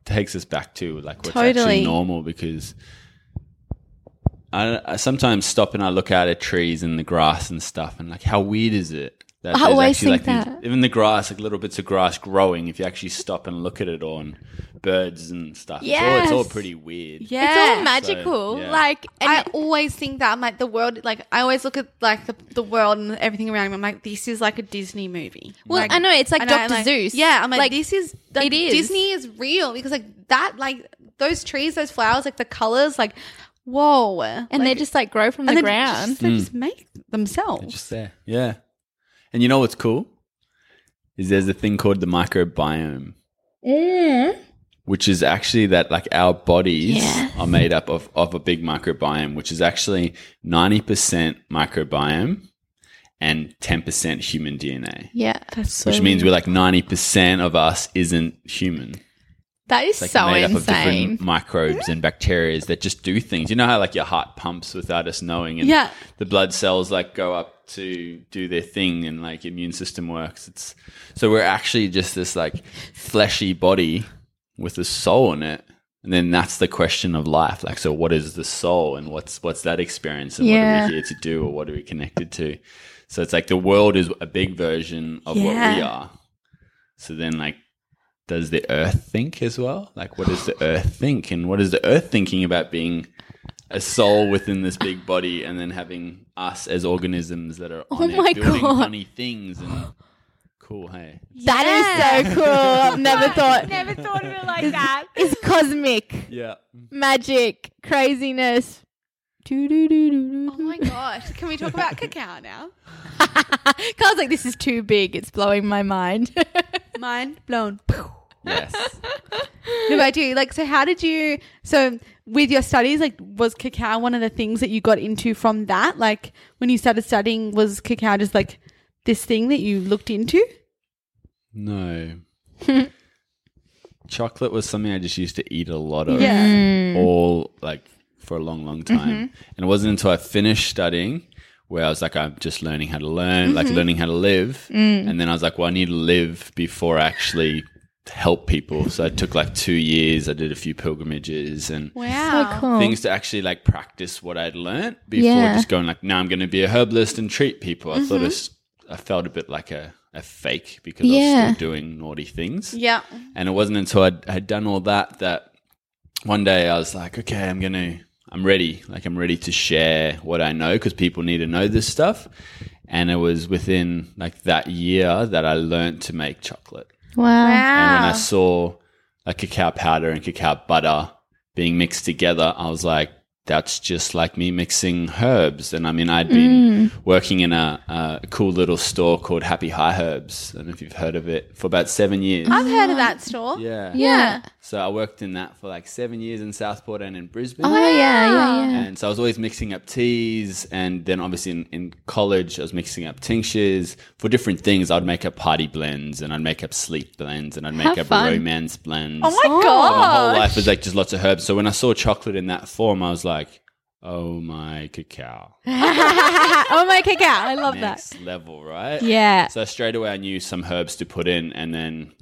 D: takes us back to like what's
C: Totally.
D: actually normal because I, I sometimes stop and I look out at trees and the grass and stuff and like how weird is it that
C: I
D: there's
C: always
D: actually,
C: think
D: like,
C: that.
D: These, even the grass like little bits of grass growing if you actually stop and look at it on birds and stuff it's, all,
C: Yes.
D: it's all pretty weird
C: it's all
E: Yeah.
C: magical.
D: So, yeah.
C: Like, and
E: I always think that I'm like the world like I always look at like the, the world and everything around me. I'm like, this is like a Disney movie.
C: well,
E: Like-
C: I know it's like
E: And I,
C: Doctor Zeus.
E: Yeah, I'm like, this is like,
C: it is.
E: Disney is real because like that, like those trees, those flowers, like the colors, like whoa, and
C: and they just like grow from the
E: then
C: ground.
E: just- they just
D: Hmm.
E: make themselves.
D: just there yeah and you know what's cool is there's a thing called the microbiome
C: Mm.
D: which is actually that like our bodies are made up of, of a big microbiome, which is actually 90% microbiome and 10% human DNA,
C: Yeah.
D: which means we're like 90% of us isn't human.
C: That is
D: It's like
C: so
D: made up of
C: insane.
D: different microbes and bacteria that just do things. You know how like your heart pumps without us knowing, and
E: Yeah.
D: the blood cells like go up to do their thing, and like immune system works. It's so we're actually just this like fleshy body with a soul in it, and then that's the question of life. Like, so what is the soul, and what's what's that experience, and what
C: Yeah.
D: are we here to do, or what are we connected to? So it's like the world is a big version of what we
C: Yeah.
D: are. So then, like, does the earth think as well? Like, what does the earth think? And what is the earth thinking about being a soul within this big body and then having us as organisms that are on
C: Oh my
D: it, building
C: God.
D: funny things and cool, hey?
C: That is so cool. I've never thought.
B: Never thought of it like that.
C: It's cosmic
D: Yeah.
C: magic craziness. Doo-doo-doo-doo-doo-doo.
E: Oh my gosh. Can we talk about cacao now?
C: Carl's like, this is too big. It's blowing my mind.
E: Mind blown.
D: Yes.
E: No, but I do. Like, so how did you? So, with your studies, like, was cacao one of the things that you got into from that? Like, when you started studying, was cacao just like this thing that you looked into?
D: No. Chocolate was something I just used to eat a lot of.
E: Yeah.
D: all like for a long, long time. And it wasn't until I finished studying where I was like, I'm just learning how to learn, like learning how to live. And then I was like, well, I need to live before I actually help people. So I took like two years. I did a few pilgrimages and
E: Wow.
D: things to actually like practice what I'd learnt before
C: Oh. Yeah. Mm-hmm.
D: just going like, now I'm going to be a herbalist and treat people. I thought it was, I felt a bit like a, a fake because I
C: Yeah.
D: was still doing naughty things.
E: Yeah.
D: And it wasn't until I'd, had done all that that one day I was like, okay, I'm going to, I'm ready. Like, I'm ready to share what I know because people need to know this stuff. And it was within like that year that I learned to make chocolate.
C: Wow.
D: And when I saw like cacao powder and cacao butter being mixed together, I was like, that's just like me mixing herbs. And I mean, I'd been working in a, a cool little store called Happy High Herbs. I don't know if you've heard of it for about seven years.
E: I've heard of that store.
D: Yeah.
C: Yeah.
D: So I worked in that for like seven years in Southport and in Brisbane.
C: Oh, yeah, yeah, yeah.
D: And so I was always mixing up teas. And then obviously in, in college, I was mixing up tinctures for different things. I'd make up party blends and I'd make up sleep blends and I'd make
C: Have
D: up
C: fun.
D: romance blends.
E: Oh my
D: So my whole
E: god.
D: life was like just lots of herbs. So when I saw chocolate in that form, I was like, oh my cacao.
C: oh my cacao. I love
D: Next level, right?
C: Yeah.
D: So straight away, I knew some herbs to put in, and then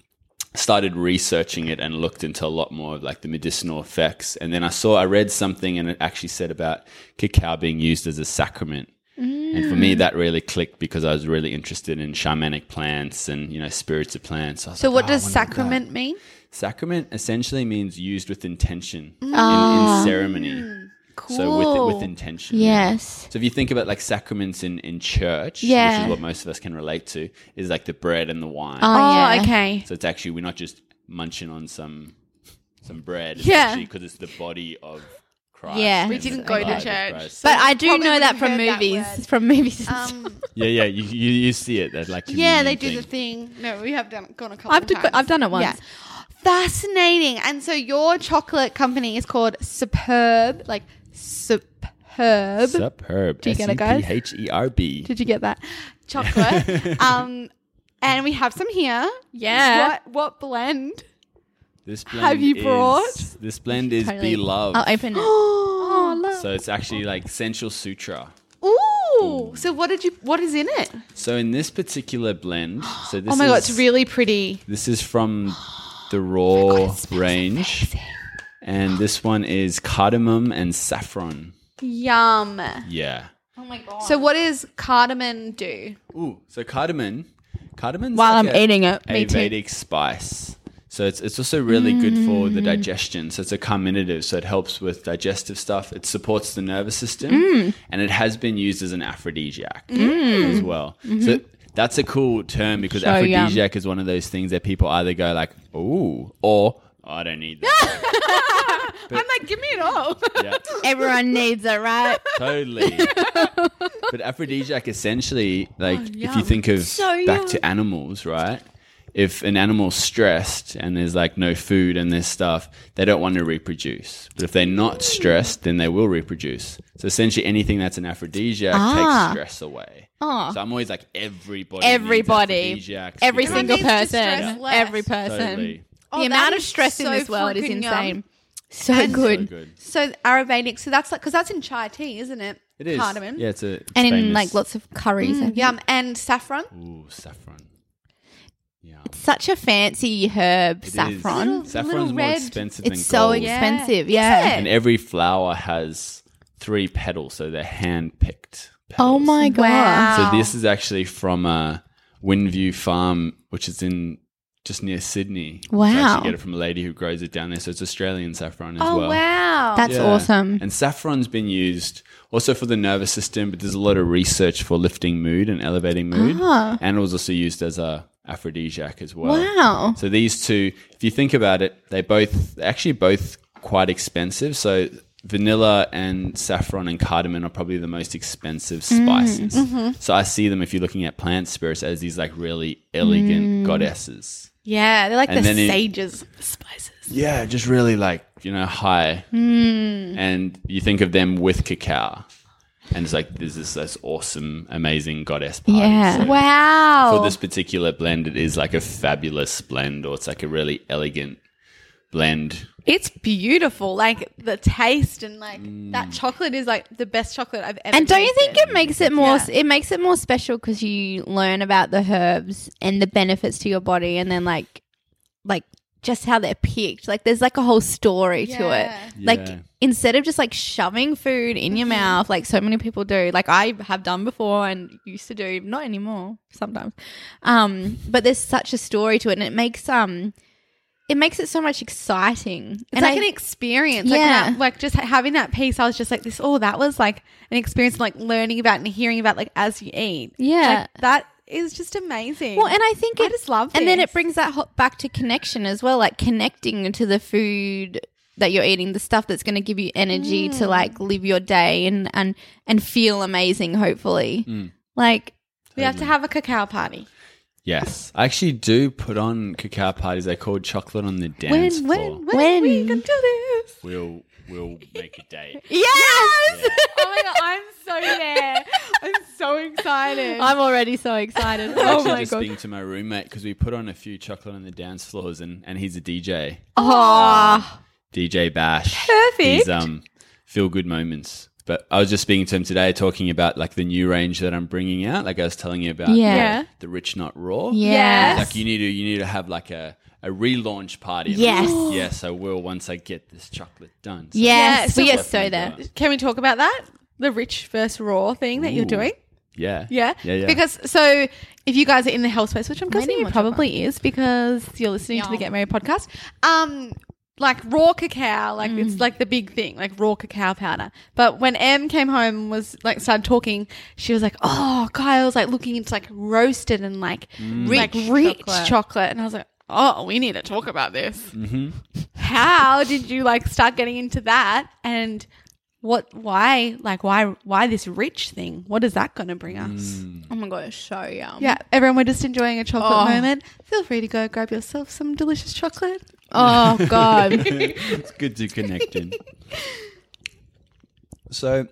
D: started researching it and looked into a lot more of like the medicinal effects. And then I saw, I read something, and it actually said about cacao being used as a sacrament. And for me, that really clicked because I was really interested in shamanic plants and you know spirits of plants. I was
E: So,
D: like,
E: what
D: "Oh, I
E: does
D: wanna do that."
E: sacrament mean?
D: Sacrament essentially means used with intention in- in,
C: Ah.
E: Mm,
D: ceremony. So with with intention.
C: Yes.
D: So if you think about like sacraments in, in church, which
C: Yeah.
D: is what most of us can relate to, is like the bread and the wine.
E: Ah.
C: Oh, yeah.
E: okay.
D: So it's actually we're not just munching on some some bread. It's
E: Yeah.
D: because it's the body of Christ.
C: Yeah.
D: and
C: We
D: the
E: didn't go to
D: blood of
E: church,
D: Christ.
C: But I do
E: Probably
C: know that
E: would've
C: from
E: heard that
C: movies.
E: word.
C: from movies.
E: Um,
D: yeah, yeah, you, you you see it. That like
E: yeah,
D: communion
E: they do the
D: thing.
E: thing. No, we have done gone a couple
C: I've,
E: of
C: d-
E: times.
C: I've done it once.
E: Fascinating. And so your chocolate company is called Superb, like superb.
D: Superb.
E: Do you get it, guys?
D: E S-U-P-H-E-R-B.
E: Did you get that? Chocolate. um, and we have some here.
C: Yeah.
E: What what blend?
D: This blend
E: Have you
D: is-
E: brought?
D: This blend is
C: Totally.
D: be love.
C: I'll open it.
E: Oh, love.
D: So it's actually like Sensual Sutra.
E: Ooh. So what did you what is in it?
D: So in this particular blend, so this
E: oh my god,
D: is-
E: it's really pretty. Oh
D: This is from the raw range. And this one is cardamom and saffron.
E: Yum.
D: Yeah.
E: So what does cardamom do?
D: Ooh, so cardamom. Cardamon's
C: While I'm
D: like a-
C: eating it, me
D: a
C: too.
D: Vedic spice. So it's, it's also really good for
C: Mm.
D: the digestion. So it's a carminative. So it helps with digestive stuff. It supports the nervous system.
C: Mm.
D: And it has been used as an aphrodisiac as well. So that's a cool term because
C: Mm-hmm. yum.
D: aphrodisiac is one of those things that people either go like, ooh, or I don't need that.
E: I'm like, give me it all.
D: Yeah.
C: Everyone needs it, right?
D: Totally.
C: Oh,
D: but aphrodisiac essentially, like if you think of back to animals, right? if an animal's stressed and there's like no food and there's stuff, they don't want to reproduce. But if they're not stressed, then they will reproduce. So essentially, anything that's an aphrodisiac
C: Ah.
D: takes stress away.
C: Oh.
D: So I'm always like everybody, needs
C: Everybody,
D: aphrodisiacs
C: every
D: because-
C: single
E: needs to stress
C: person,
E: less.
C: every person.
D: Totally.
E: Oh,
C: the
E: that
C: amount of
E: is
C: stress in
E: so
C: this world is
E: freaking yum.
C: insane. So
D: So
C: good.
D: good.
E: So Arabic, so that's like because that's in chai tea, isn't it?
D: It is.
E: cardamom. Mm.
D: Yeah, it's a it's
C: And in
D: famous.
C: like lots of curries. I think.
E: Yum and saffron.
D: Ooh, saffron. Yeah.
C: Such a fancy herb,
D: It is.
C: saffron.
D: Saffron's more expensive than
C: It's so
D: gold.
C: expensive. Yeah.
D: And every flower has three petals, so they're hand picked.
C: Oh my god.
D: So this is actually from uh, Windview Farm, which is in just near Sydney.
C: Wow.
D: So I actually get it from a lady who grows it down there. So it's Australian saffron as
E: Oh
D: well.
E: wow!
C: That's
D: Yeah.
C: awesome.
D: And saffron's been used also for the nervous system, but there's a lot of research for lifting mood and elevating mood.
C: Ah.
D: And it was also used as a aphrodisiac as well.
C: Wow.
D: So these two, if you think about it, they both they're actually both quite expensive. So vanilla and saffron and cardamom are probably the most expensive spices. So I see them if you're looking at plant spirits as these like really elegant goddesses.
E: yeah, they're like
D: And
E: the
D: then it-
E: sages, of spices.
D: Yeah, just really like, you know, high.
E: Hmm.
D: And you think of them with cacao. And it's like there's this this awesome, amazing goddess party.
C: Yeah.
D: So
E: Wow!
D: For this particular blend, it is like a fabulous blend, or it's like a really elegant blend.
E: It's beautiful, like the taste and like that chocolate is like the best chocolate I've ever.
C: And don't you think
E: tasted.
C: it makes it more
E: Yeah.
C: it makes it more special cuz you learn about the herbs and the benefits to your body and then like like just how they're picked. Like there's like a whole story to it.
E: Yeah.
D: Yeah.
C: Like instead of just like shoving food in
E: Mm-hmm.
C: your mouth like so many people do. Like I have done before and used to do, not anymore sometimes. Um but there's such a story to it and it makes um it makes it so much exciting.
E: It's like an experience. Like,
C: Yeah.
E: that- like just ha- having that piece, I was just like, this, oh, that was like an experience, like learning about and hearing about, like as you eat.
C: Yeah.
E: Like, that is just amazing.
C: Well, and I think
E: I
C: it-
E: just love
C: and then
E: this.
C: it brings that ho- back to connection as well, like connecting to the food that you're eating, the stuff that's going to give you energy
E: Mm.
C: to like live your day and and and feel amazing. Hopefully, like
E: we have to have a cacao party.
D: Yes. I actually do put on cacao parties. They're called chocolate on the dance
E: When,
D: floor.
E: when, when,
C: When?
E: we can do this?
D: We'll we'll make a date.
C: yes,
E: Oh my god, I'm so there. I'm so excited.
C: I'm already so excited.
D: I'm
C: oh
D: actually
C: my
D: just
C: god!
D: being to my roommate because we put on a few chocolate on the dance floors and, and he's a DJ.
C: oh,
D: DJ Bash. Perfect. These um, feel good moments. But I was just speaking to him today, talking about like the new range that I'm bringing out. Like I was telling you about the-
C: Yeah.
D: the, rich not raw.
C: yes.
D: Like you need to you need to have like a, a relaunch party.
C: Yes.
D: yes, I will once I get this chocolate done. So
C: Yes,
E: Yeah,
C: we
E: so
C: are so there.
E: Can we talk about that? The rich versus raw thing that you're
D: Ooh.
E: doing?
D: Yeah.
E: Yeah.
D: Yeah. yeah.
E: Because so if you guys are in the health space, which I'm guessing
C: didn't
E: you
C: watch
E: probably is because you're listening to the
C: Yum.
E: Get Married podcast. Um like raw cacao, like it's like the big thing, like raw cacao powder. But when Em came home and was like started talking, she was like, Oh, Kyle's like looking into like roasted and like
D: Mm.
E: like rich chocolate. And I was like, Oh, we need to talk about this. How did you like start getting into that? And what why like why why this rich thing? What is that gonna bring us?
C: oh my god, it's so yum.
E: Yeah, everyone, we're just enjoying a chocolate
C: Oh.
E: moment. Feel free to go grab yourself some delicious chocolate.
C: Oh god,
D: it's good to connect in. So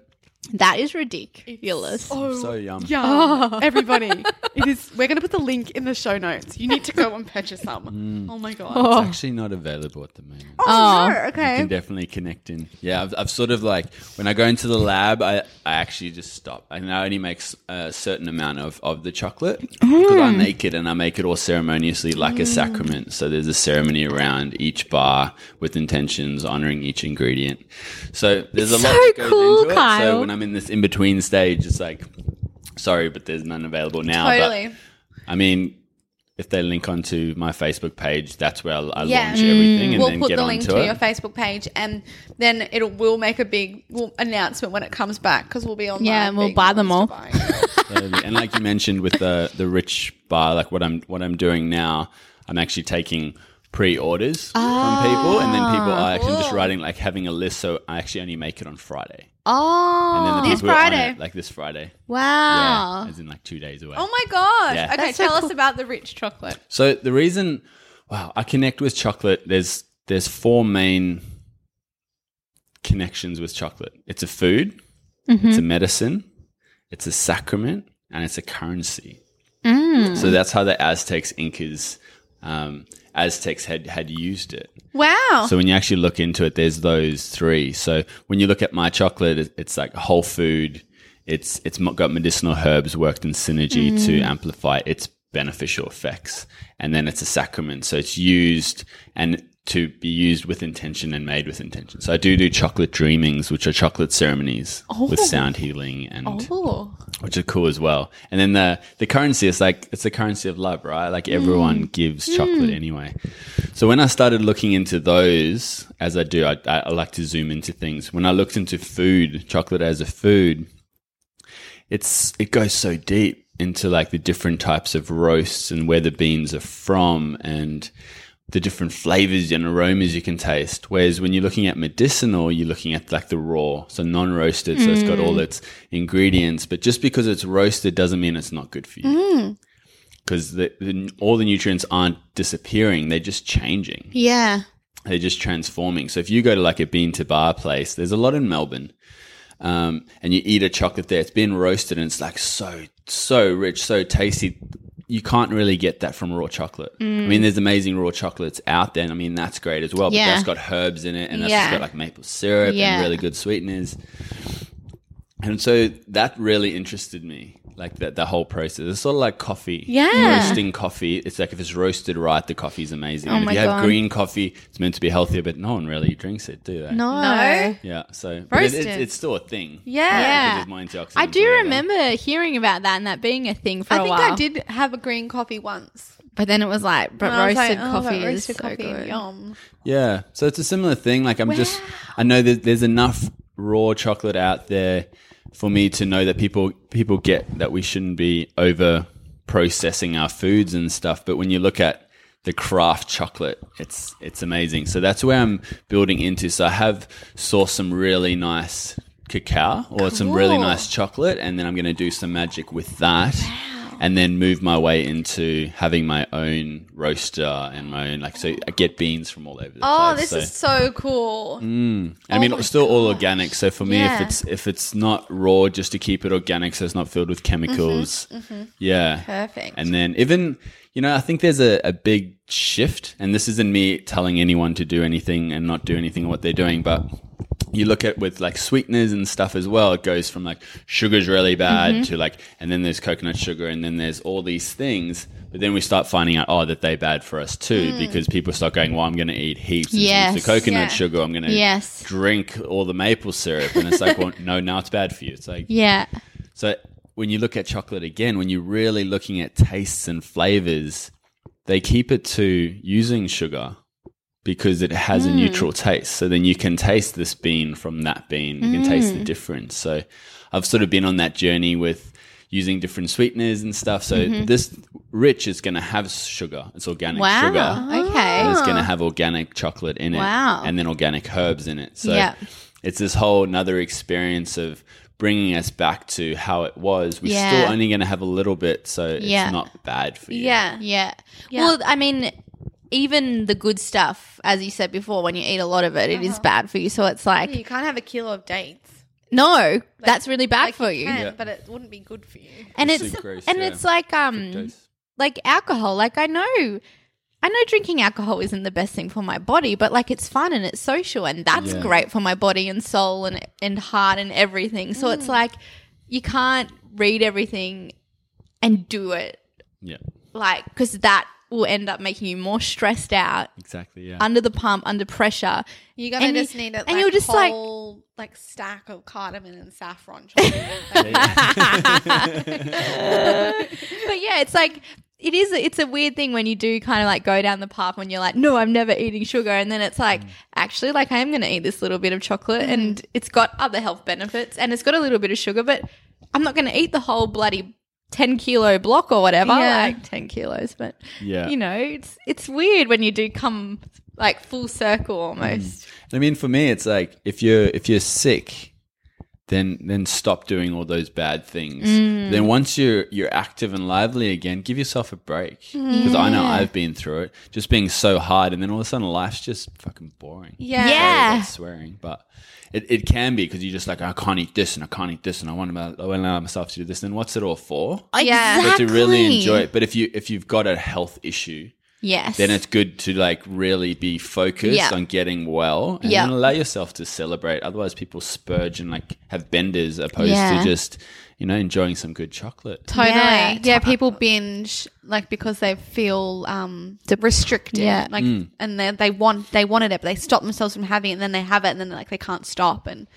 C: that is ridiculous.
D: so yum.
E: Yeah, Oh, everybody, it is. We're going to put the link in the show notes. You need to go and purchase
D: Mm.
E: some. Oh my god.
D: It's actually not available at the moment.
E: Oh, no,
D: You
E: okay.
D: can definitely connect in. Yeah, I've, I've sort of like when I go into the lab, I, I actually just stop, and I only make s- a certain amount of, of the chocolate because
E: Mm.
D: I make it and I make it all ceremoniously, like a sacrament. So there's a ceremony around each bar with intentions, honoring each ingredient. So there's a lot that goes
C: cool,
D: into it.
C: Kyle.
D: So when I'm in this in between stage, it's like, sorry, but there's none available now. But,
E: Totally.
D: I mean. If they link onto my Facebook page, that's where I'll- I
E: Yeah.
D: launch everything and
E: We'll
D: then
E: put
D: get
E: the
D: onto
E: link
D: it.
E: to your Facebook page, and then it will make a big we'll, announcement when it comes back because we'll be on.
C: Yeah, and we'll buy them all.
D: Totally. and like you mentioned with the the rich bar, like what I'm what I'm doing now, I'm actually taking pre-orders from people, and then people
E: Ah,
D: are actually I'm just writing like having a list. So I actually only make it on Friday,
E: Oh,
D: and then the
E: This
D: people who are on
E: Friday. Ah.
D: it, like this Friday,
C: Wow.
D: yeah, as in like two days away.
E: oh my gosh.
D: Yeah.
E: Okay, tell us about the rich chocolate.
D: So the reason, wow, I connect with chocolate. There's there's four main connections with chocolate. It's a food, it's a medicine, it's a sacrament, and it's a currency. So that's how the Aztecs, Incas, um, Aztecs had had used it.
E: Wow.
D: So when you actually look into it, there's those three. So when you look at my chocolate, it- it's like whole food. It's it's mo- got medicinal herbs worked in synergy to amplify its beneficial effects, and then it's a sacrament. So it's used and to be used with intention and made with intention. So I do do chocolate dreamings, which are chocolate ceremonies with sound healing and which are cool as well. And then the the currency is like it's the currency of love, right? Like everyone gives chocolate anyway. So when I started looking into those, as I do, I, I I like to zoom into things. When I looked into food, chocolate as a food, it's it goes so deep into like the different types of roasts and where the beans are from and the different flavors and aromas you can taste. Whereas when you're looking at medicinal, you're looking at like the raw, so non roasted, so it's got all its ingredients. But just because it's roasted doesn't mean it's not good for you. Because the, the, all the nutrients aren't disappearing, they're just changing
E: Yeah.
D: they're just transforming. So if you go to like a bean to bar place, there's a lot in Melbourne, um, and you eat a chocolate there. It's been roasted and it's like so so rich, so tasty. You can't really get that from raw chocolate. I mean, there's amazing raw chocolates out there, and I mean that's great as well. But
C: Yeah.
D: that's got herbs in it, and that's
C: Yeah.
D: just got like maple syrup
C: Yeah.
D: and really good sweeteners. And so that really interested me, like that the whole process. It's sort of like coffee.
C: Yeah. Oh
D: roasting coffee. It's like if it's roasted right, the coffee's amazing. and if
C: my
D: you have
C: God.
D: green coffee, it's meant to be healthier, but no one really drinks it, do they?
C: No.
E: No.
D: Yeah. So but it, it's,
E: Roasted.
D: it's still a thing.
E: Yeah.
D: Because
C: Yeah.
D: there's more antioxidants
C: I do
D: or whatever.
C: remember hearing about that and that being a thing for
E: I
C: a
E: think
C: while.
E: I did have a green coffee once.
C: But then it was like, but
E: And I was
C: roasted
E: like, oh,
C: coffee
E: but
C: is
E: roasted
C: so
E: coffee,
C: good.
E: Yum.
D: Yeah. So it's a similar thing. Like I'm just, I know that there's enough raw chocolate out there for me to know that people people get that we shouldn't be over processing our foods and stuff. But when you look at the craft chocolate, it's it's amazing. So that's where I'm building into. So I have sourced some really nice cacao or some really nice chocolate, and then I'm going to do some magic with that. And then move my way into having my own roaster and my own like so I get beans from all over the
E: Oh,
D: place.
E: this
D: so.
E: is so cool.
D: I
E: Oh
D: mean, it's still all organic. So for me, if it's if it's not raw, just to keep it organic, so it's not filled with chemicals. Yeah,
E: Mm-hmm, Perfect.
D: And then even you know, I think there's a, a big shift, and this isn't me telling anyone to do anything and not do anything what they're doing, but you look at with like sweeteners and stuff as well. It goes from like sugar's really bad
E: Mm-hmm.
D: to like, and then there's coconut sugar, and then there's all these things. But then we start finding out, oh, that they're bad for us too, because people start going, well, I'm going to eat heaps and
C: Yes.
D: heaps of coconut
E: Mm. Yeah.
D: sugar. I'm going to
C: Yes.
D: drink all the maple syrup and it's like well no now it's bad for you it's like
C: Yeah.
D: so when you look at chocolate again when you're really looking at tastes and flavors they keep it to using sugar because it has
C: Mm.
D: a neutral taste so then you can taste this bean from that bean you can taste
C: Mm.
D: the difference so i've sort of been on that journey with using different sweeteners and stuff so
C: Mm-hmm.
D: this rich is going to have sugar it's organic
C: Wow.
D: sugar
E: Ah.
D: and
C: Okay.
D: it's going to have organic chocolate in it
C: Wow.
D: and then organic herbs in it. So
C: Yeah.
D: it's this whole another experience of bringing us back to how it was. We're
C: Yeah.
D: still only going to have a little bit, so
C: Yeah.
D: it's not bad for you.
E: Yeah.
C: Yeah. Well, I mean, even the good stuff, as you said before, when you eat a lot of it, it
E: Uh-huh.
C: is bad for you. So it's like,
E: You can't have a kilo of dates.
C: no, that's really bad for you.
E: Can,
D: Yeah.
E: But it wouldn't be good for you.
C: And
D: It's
C: it's
D: sucrose,
C: and
D: yeah.
C: it's like um
D: Fructose.
C: like alcohol. Like I know I know drinking alcohol isn't the best thing for my body, but like it's fun and it's social and that's
D: Yeah.
C: great for my body and soul and and heart and everything. So
E: Mm.
C: it's like you can't read everything and do it
D: Yeah.
C: like because that will end up making you more stressed out
D: Exactly. Yeah.
C: under the pump under pressure
E: You're gonna
C: And you-
E: just need a
C: and
E: like,
C: you're just like-
E: whole like, stack of cardamom and saffron. chocolate.
C: but yeah, it's like it is. It's a weird thing when you do kind of like go down the path when you're like, no, I'm never eating sugar, and then it's like, actually, like I am going to eat this little bit of chocolate, and it's got other health benefits, and it's got a little bit of sugar, but I'm not going to eat the whole bloody 10 kilo block or whatever,
E: Yeah.
C: like 10 kilos. But,
D: Yeah.
C: you know, it's, it's weird when you do come like full circle almost.
D: I mean, for me, it's like if you're if you're sick, then then stop doing all those bad things. Then once you're you're active and lively again, give yourself a break. Because I know I've been through it, just being so hard, and then all of a sudden life's just fucking boring.
E: Yeah.
D: Sorry about
C: Yeah.
D: swearing, but. It, it can be because you're just like I can't eat this and I can't eat this and I want to I want to allow myself to do this. Then what's it all for?
C: Yeah.
D: But to really
C: Exactly.
D: enjoy it. But if you if you've got a health issue,
C: Yes.
D: then it's good to like really be focused
C: Yeah.
D: on getting well and
C: Yeah.
D: then allow yourself to celebrate. Otherwise, people spurge and like have benders opposed
C: Yeah.
D: to just you know enjoying some good chocolate.
E: Totally.
C: Yeah.
E: Yeah. people binge like because they feel um restricted.
C: Yeah.
E: Like
D: Mm.
E: and they they want they wanted it, but they stop themselves from having it and then they have it and then like they can't stop and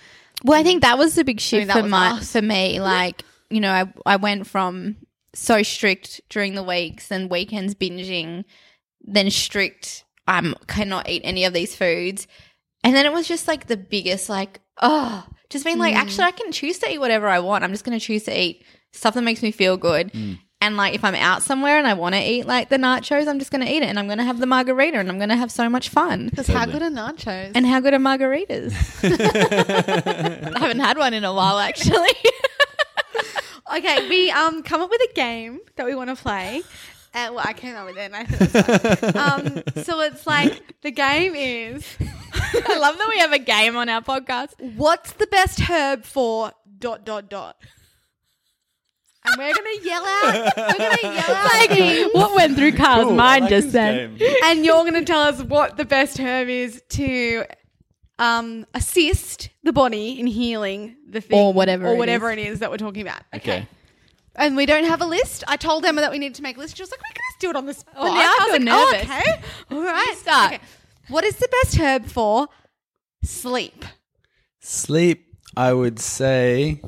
C: Well, I think that was the big shift
E: that
C: for
E: was
C: my
E: us.
C: for me. Like, you know, I I went from so strict during the weeks and weekends binging, then strict. I cannot eat any of these foods, and then it was just like the biggest like oh, just being like actually I can choose to eat whatever I want. I'm just going to choose to eat stuff that makes me feel good. And like if I'm out somewhere and I want to eat like the nachos, I'm just going to eat it, and I'm going to have the margarita, and I'm going to have so much fun.
E: because how good are nachos?
C: And how good are margaritas? I haven't had one in a while, actually.
E: okay, we um come up with a game that we want to play. Uh, well, I came up with it. And I thought it was fun. um, so it's like the game is
C: I love that we have a game on our podcast.
E: what's the best herb for dot dot dot. And we're gonna yell out. We're gonna yell out. things.
C: What went through Carl's mind just then?
E: and you're going to tell us what the best herb is to um, assist the body in healing the thing
C: Or whatever
E: or
C: it
E: whatever it is that we're talking about.
D: Okay.
E: And we don't have a list. I told Emma that we needed to make a list. She was like, "We can just do it on the spot."
C: I feel nervous.
E: Oh, okay, all right.
C: start.
E: Okay. What is the best herb for sleep?
D: Sleep, I would say.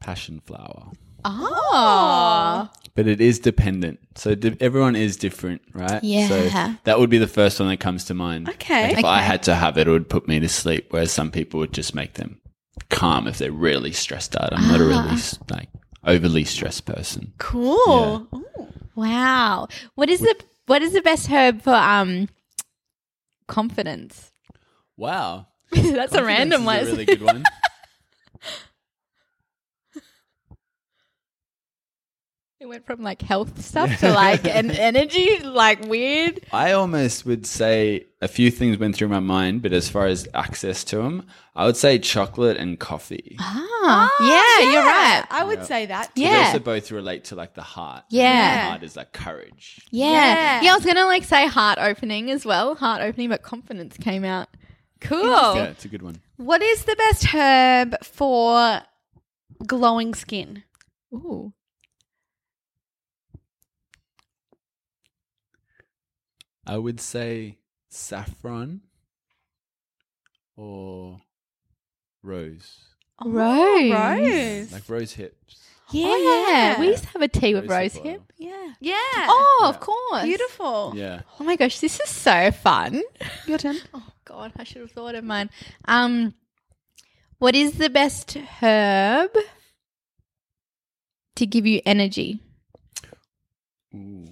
D: Passion flower,
C: Oh.
D: but it is dependent. So di- everyone is different, right?
C: Yeah.
D: So that would be the first one that comes to mind.
E: Okay.
D: Like, if I had to have it, it would put me to sleep. Whereas some people would just make them calm if they're really stressed out. I'm not a really s-
C: Ah.
D: like overly stressed person.
E: Cool.
C: Wow. What is the what is the best herb for um confidence?
D: Wow,
C: That's a random one.
D: That's a really good one.
C: it went from like health stuff to like an energy, like weird.
D: I almost would say a few things went through my mind, but as far as access to them, I would say chocolate and coffee.
C: Ah. yeah, you're right.
E: I would say that.
D: So
C: yeah.
D: Those are both relate to like the heart.
C: Yeah.
D: The heart is like courage.
C: Yeah. yeah.
E: Yeah.
C: I was gonna like say heart opening as well. Heart opening, but confidence came out. Cool.
D: Yeah, it's a good one.
E: What is the best herb for glowing skin?
C: Ooh.
D: I would say saffron or rose.
C: Rose.
E: Rose.
D: Like rose hips.
C: Yeah.
E: Oh, yeah.
C: We used to have a tea with rose
D: Rose hip
C: hip.
D: oil.
C: Yeah.
E: Yeah.
C: Oh,
D: Yeah.
C: of course.
E: beautiful.
D: Yeah.
C: Oh my gosh, this is so fun.
E: Your turn.
C: Oh god, I should have thought of mine. Um what is the best herb to give you energy Oh.
D: Ooh.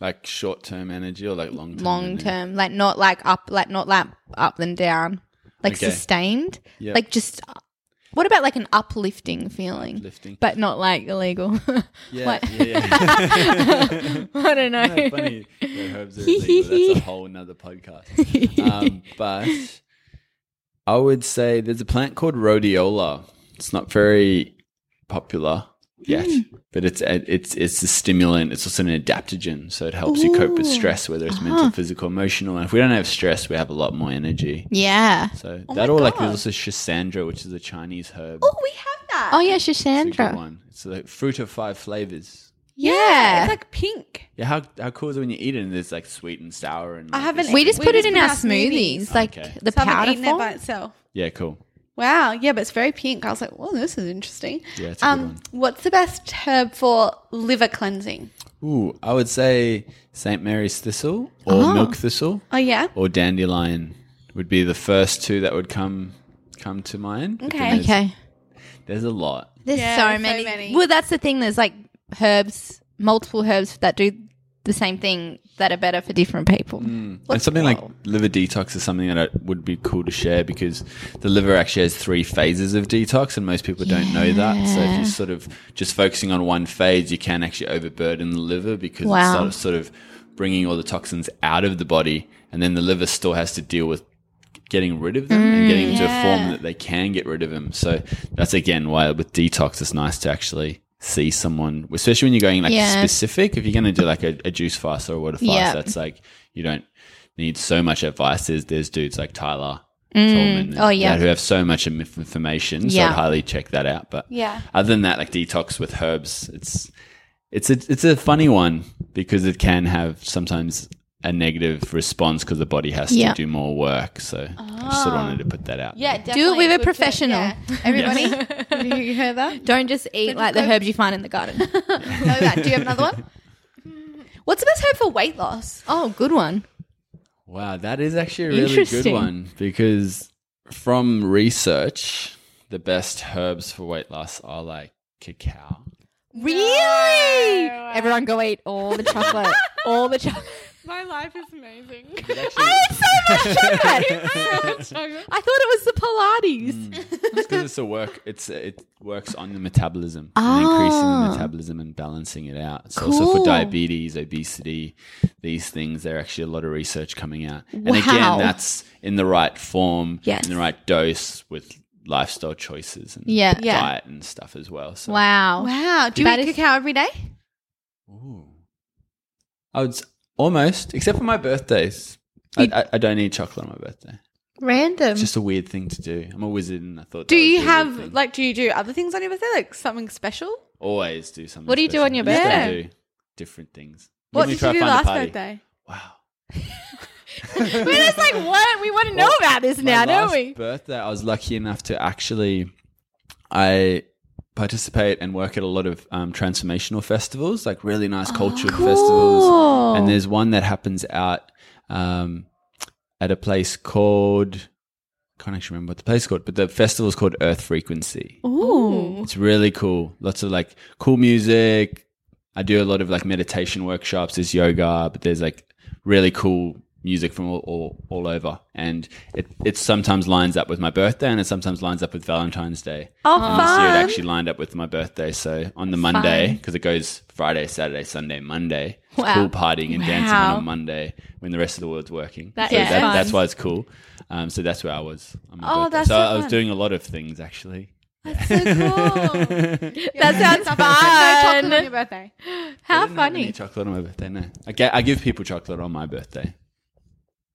D: Like short term energy or like long term?
C: long term? Like not like up like not like up and down. Like
D: Okay.
C: sustained.
D: Yep.
C: Like just what about like an uplifting feeling?
D: Lifting.
C: But not like illegal.
D: yeah,
C: what?
D: yeah, yeah.
C: I don't know.
D: Isn't that funny that herbs are illegal? That's a whole nother podcast. Um, but I would say there's a plant called rhodiola. It's not very popular yet,
E: Mm.
D: but it's it's it's a stimulant. It's also an adaptogen, so it helps you cope with stress, whether
E: Uh-huh.
D: it's mental, physical, emotional. And if we don't have stress, we have a lot more energy.
C: Yeah.
E: Mm.
D: So that all like there's also shisandra, which is a Chinese herb.
E: Oh, we have that.
C: Oh yeah,
D: it's a good
C: Shishandra.
D: one. It's a fruit of five flavors.
C: Yeah.
E: It's like pink.
D: Yeah, how how cool is it when you eat it and there's like sweet and sour and
E: I
D: like
E: haven't-
D: this-
C: we just
E: we
C: put
E: just
C: it in
E: put
C: our
E: our
C: smoothies,
E: smoothies.
C: like
D: Okay.
C: the
E: So I haven't
C: powder
E: eaten it
C: form.
E: by itself.
D: Yeah, cool.
E: Wow. Yeah, but it's very pink. I was like, oh, this is interesting.
D: Yeah, it's a good
E: Um,
D: one.
E: what's the best herb for liver cleansing?
D: Ooh, I would say St. Mary's thistle or milk thistle
E: Oh yeah.
D: or dandelion would be the first two that would come come to mind. but then
C: Okay.
D: There's,
C: Okay.
D: There's a lot.
C: There's
E: Yeah,
C: so,
E: there's so
C: many.
E: many.
C: Well, that's the thing. There's like herbs, multiple herbs that do the same thing that are better for different people.
D: and something like liver detox is something that I, would be cool to share because the liver actually has three phases of detox, and most people don't know that. So if you're sort of just focusing on one phase, you can actually overburden the liver because
C: Wow.
D: it's sort of, sort of bringing all the toxins out of the body, and then the liver still has to deal with getting rid of them and getting them
C: Mm,
D: to a form that they can get rid of them. So that's again why with detox, it's nice to actually see someone, especially when you're going like
C: Yeah.
D: specific. If you're going to do like a, a juice fast or a water fast,
C: Yeah.
D: that's like you don't need so much advice. There's there's dudes like Tyler. Tolman and
C: Oh, yeah.
D: that who have so much im- information. So
C: Yeah.
D: I'd highly check that out. But
E: Yeah.
D: other than that, like detox with herbs, it's it's a it's a funny one because it can have sometimes a negative response because the body has
C: Yeah. Ah.
D: to do more work. So I just sort of wanted to put that out.
E: Yeah,
C: Do it with a
E: definitely good tip.
C: professional.
E: Yeah. Everybody, did you hear that?
C: Don't just eat like the herbs you find in the garden.
E: Know that. Do you have another one?
C: What's the best herb for weight loss? Oh, good one.
D: Wow, that is actually a really good
C: Interesting.
D: one because from research, the best herbs for weight loss are like cacao.
C: Really? Everyone go eat all the chocolate. all the chocolate.
E: My life is amazing.
C: I thought it was the Pilates.
E: Mm.
D: Mm. It's because it's a work. It's it works on the metabolism, and increasing the metabolism and balancing it out. It's also for
C: Ah. Cool.
D: diabetes, obesity, these things. There are actually a lot of research coming out, and
C: Wow.
D: again, that's in the right form,
C: Yes.
D: in the right dose with lifestyle choices and
C: Yeah. Yeah.
D: diet and stuff as well. So
C: Wow.
E: Wow. Do you
C: That
E: eat
C: is-
E: cacao every day?
D: Ooh. I would s- almost, except for my birthdays. I, I, I don't eat chocolate on my birthday.
E: Random.
D: It's just a weird thing to do. I'm a wizard, and I thought.
E: Do
D: that was
E: you
D: a weird
E: have
D: thing.
E: like? Do you do other things on your birthday, like something special?
D: always do something?
C: What do you do
D: special.
C: on your
D: I just don't
E: birthday?
D: do different things.
E: What
D: Normally
E: did
D: try
E: you
D: to
E: do
D: find a
E: last
D: party.
E: birthday?
D: Wow.
C: We're just like, what? We want to know about this
D: My
C: now, don't
D: last
C: we?
D: Birthday, I was lucky enough to actually, I participate and work at a lot of um, transformational festivals, like really nice cultural festivals. And there's one that happens out um, at a place called. Can't actually remember what the place is called, but the festival is called Earth Frequency.
C: Ooh.
D: It's really cool. Lots of like cool music. I do a lot of like meditation workshops. There's yoga, but there's like really cool music from all, all, all over. And it, it sometimes lines up with my birthday and it sometimes lines up with Valentine's Day.
C: Oh,
D: and this year it
C: fun.
D: actually lined up with my birthday. So on the Monday, because it goes Friday, Saturday, Sunday, Monday. It's
C: Wow.
D: cool partying and dancing
C: Wow.
D: on a Monday when the rest of the world's working.
C: That
D: so
C: is fun.
D: that's why it's cool. Um, so that's where I was on my
E: Oh,
D: birthday.
E: that's
D: so
E: so
D: I was
E: fun.
D: doing a lot of things actually.
E: That's so cool.
C: That sounds
E: No chocolate on
C: fun.
E: your birthday.
D: I
C: How
D: didn't have any
C: funny.
D: chocolate on my birthday. No, I, ge- I give people chocolate on my birthday.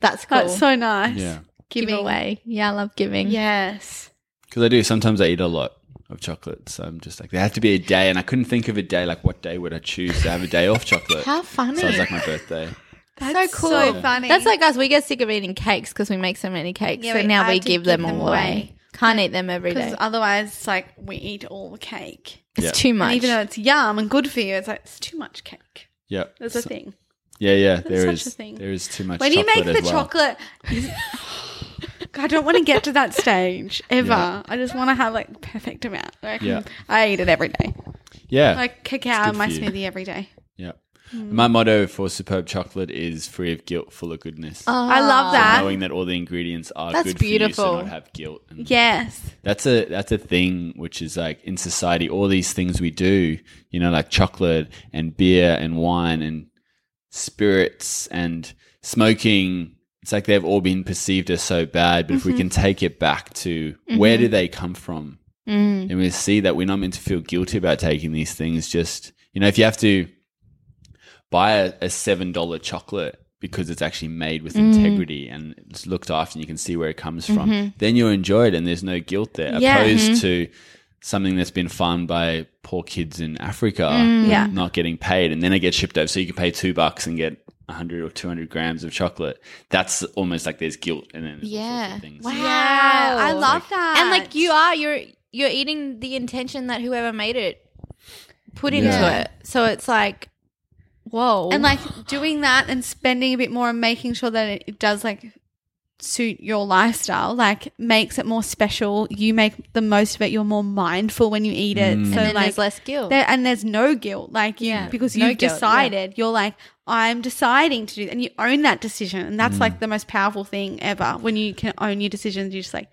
C: That's cool.
E: That's so nice.
D: Yeah,
C: Give away. Yeah, I love giving.
E: Yes.
D: because I do. Sometimes I eat a lot of chocolate, so I'm just like, there had to be a day, and I couldn't think of a day. Like, what day would I choose to have a day off chocolate?
C: How funny.
D: So it's like my birthday.
E: That's so cool. funny.
C: That's like us. We get sick of eating cakes because we make so many cakes.
E: Yeah,
C: so
E: we
C: now
E: have
C: we
E: to
C: give
E: give
C: them,
E: them
C: all away.
E: away.
C: Can't eat them every
E: because
C: day.
E: otherwise, it's like we eat all the cake.
C: It's
D: Yeah.
C: too
E: And
C: much.
E: even though it's yum and good for you, it's like it's too much cake.
D: Yeah,
E: That's a thing.
D: Yeah, yeah. There
E: such
D: is.
E: a thing.
D: There is too much.
E: When you make
D: chocolate
E: the
D: as well.
E: chocolate, I don't want to get to that stage ever.
D: Yeah.
E: I just want to have like the perfect amount. I, can-
D: Yeah.
E: I eat it every day.
D: yeah,
E: Like mm. cacao
D: good
E: in my
D: for you.
E: smoothie every day.
D: yeah. My motto for superb chocolate is free of guilt, full of goodness.
C: Oh.
E: I love that.
D: Knowing that all the ingredients are
C: That's
D: good for
C: beautiful.
D: you, so not have guilt. And
E: Yes.
D: that's a that's a thing which is like in society all these things we do you know like chocolate and beer and wine and spirits and smoking it's like they've all been perceived as so bad but if we can take it back to where do they come from
E: Mm.
D: and we see that we're not meant to feel guilty about taking these things just you know if you have to buy a, a seven dollar chocolate because it's actually made with
E: Mm.
D: integrity and it's looked after and you can see where it comes from then you enjoy it and there's no guilt there
E: Mm-hmm. Yeah. Mm-hmm.
D: opposed to something that's been farmed by poor kids in africa
E: Mm, Yeah.
D: not getting paid and then it gets shipped over so you can pay two bucks and get 100 or 200 grams of chocolate that's almost like there's guilt and then there's all sorts of
C: Yeah.
D: things.
C: Wow.
E: Yeah, I
D: Oh,
C: Wow.
E: love that.
C: and like you are, you're you're eating the intention that whoever made it put into
D: Yeah.
C: it. So it's like, whoa.
E: and like doing that and spending a bit more and making sure that it, it does like suit your lifestyle like makes it more special you make the most of it you're more mindful when you eat
D: Mm.
E: it so
C: and
E: like
C: there's less guilt.
E: there, and there's no guilt like you
C: Oh. Yeah.
E: because
C: No
E: you've
C: guilt, yeah.
E: decided you're like i'm deciding to do and you own that decision and
D: Mm.
E: that's like the most powerful thing ever when you can own your decisions you're just like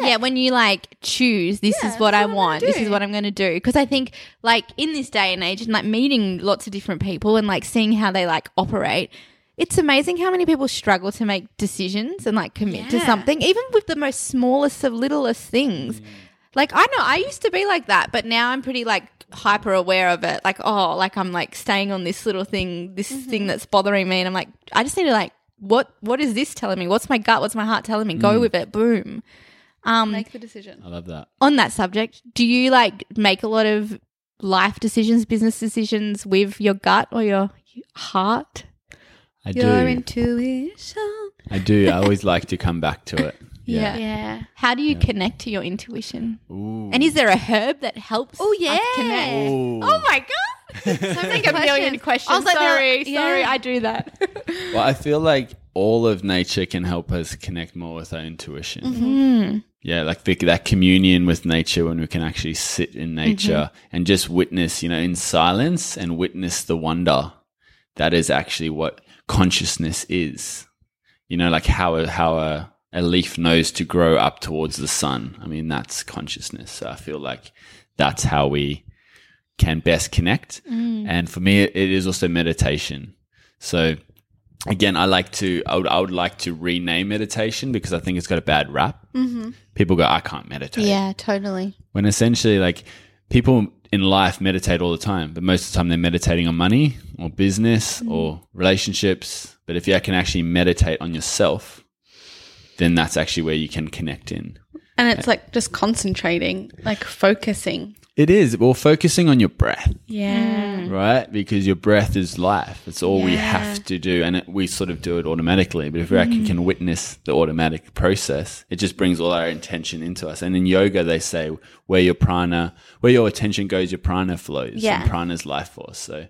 C: yeah. when you like choose this is what i want this is what i'm going to do because i think like in this day and age and like meeting lots of different people and like seeing how they like operate it's amazing how many people struggle to make decisions and like commit to something even with the most smallest of littlest things like i know i used to be like that but now i'm pretty like hyper aware of it like oh like i'm like staying on this little thing this thing that's bothering me and i'm like i just need to like what what is this telling me what's my gut what's my heart telling me go with it boom um
E: make the decision
D: I love that.
C: on that subject, do you like make a lot of life decisions, business decisions with your gut or your heart?
D: I
C: Your
D: do.
C: intuition.
D: I do. I always like to come back to it.
C: Yeah.
E: yeah
C: How do you connect to your intuition?
D: Ooh.
C: And is there a herb that helps? Oh
E: yeah.
C: connect?
D: Ooh.
C: Oh my god! so many a million
D: Oh,
C: questions.
E: I was like,
C: sorry,
E: yeah.
C: sorry, I do that.
D: Well, I feel like all of nature can help us connect more with our intuition.
C: Mm-hmm.
D: Yeah, like the, that communion with nature when we can actually sit in nature
C: Mm-hmm.
D: and just witness, you know, in silence and witness the wonder. That is actually what consciousness is. You know, like how a, how a, a leaf knows to grow up towards the sun. I mean, that's consciousness. So I feel like that's how we can best connect. And for me, it is also meditation. So again, I like to, I would, I would like to rename meditation because I think it's got a bad rap. People go, I can't meditate.
C: totally.
D: When essentially, like, people in life meditate all the time, but most of the time they're meditating on money or business or relationships. But if you can actually meditate on yourself, then that's actually where you can connect in.
E: and it's like just concentrating like focusing Mm.
D: It is. Well, focusing on your breath.
E: yeah
D: right? Because your breath is life. It's all we have to do, and it, we sort of do it automatically. But if we
E: Mm.
D: actually can witness the automatic process, it just brings all our intention into us. And in yoga, they say where your prana, where your attention goes, your prana flows.
C: Yeah.
D: and prana's life force. So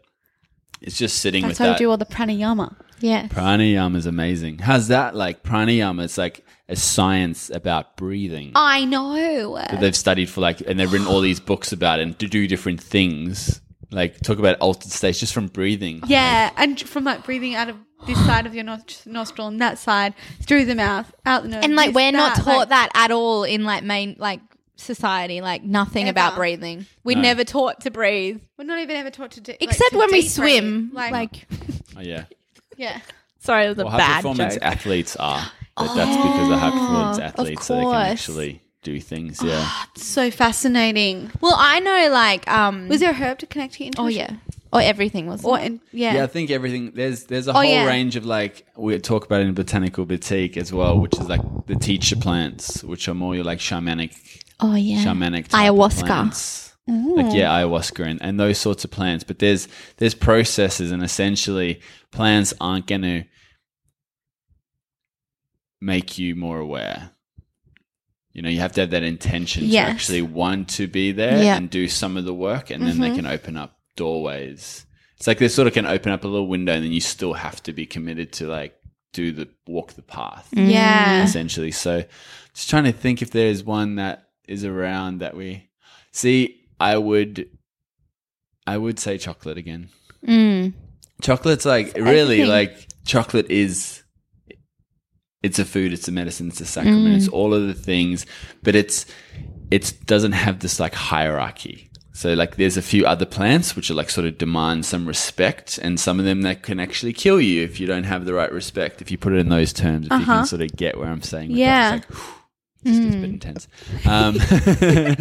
D: it's just sitting
E: that's
D: with
E: how we
D: that.
E: do all the pranayama
C: Yes.
D: Pranayama is amazing. How's that like? Pranayama, it's like a science about breathing
E: Uh,
C: I know.
D: that they've studied for like, and they've written all these books about it and to do different things. Like talk about altered states just from breathing.
E: Yeah, and from like breathing out of this side of your nos- nostril and that side through the mouth, out the nose,
C: And like
E: this,
C: we're not
E: that,
C: taught
E: like-
C: that at all in like main like society, like nothing about
E: Ever.
C: breathing. We're
D: No.
C: never taught to breathe.
E: We're not even ever taught to do.
C: Except when we swim.
E: like,
C: Like,
D: Oh, yeah.
E: yeah,
C: sorry, it was a
D: well, high
C: bad
D: performance
C: joke. Oh,
D: athletes are. But that's because they're high performance
C: of
D: athletes, so they can
C: course. Ah,
D: actually do things. Yeah,
E: it's so fascinating.
C: Well, I know, like, um,
E: Was there a herb to connect to your
C: oh
E: intuition?
C: yeah, or everything was.
E: or in, yeah,
D: yeah. I think everything there's there's
C: Oh,
D: a whole
E: yeah.
D: range of like we talk about in botanical boutique as well, which is like the teacher plants, which are more your like shamanic
C: oh yeah,
D: shamanic type
C: Ayahuasca.
D: of plants. like yeah ayahuasca and, and those sorts of plants but there's there's processes and essentially plants aren't going to make you more aware you know you have to have that intention
E: Yes.
D: to actually want to be there
C: Yeah.
D: and do some of the work and then they can open up doorways it's like they sort of can open up a little window and then you still have to be committed to like do the walk the path
C: Mm.
E: yeah.
D: essentially. So just trying to think if there's one that is around that we see. I would, I would say chocolate again.
C: Mm.
D: Chocolate's like really like chocolate is. It's a food. It's a medicine. It's a sacrament. It's all of the things, but it's it doesn't have this like hierarchy. So like there's a few other plants which are like sort of demand some respect and some of them that can actually kill you if you don't have the right respect. If you put it in those terms, if you can sort of get where I'm saying. with that,
E: Yeah.
D: it's like, just gets a bit intense.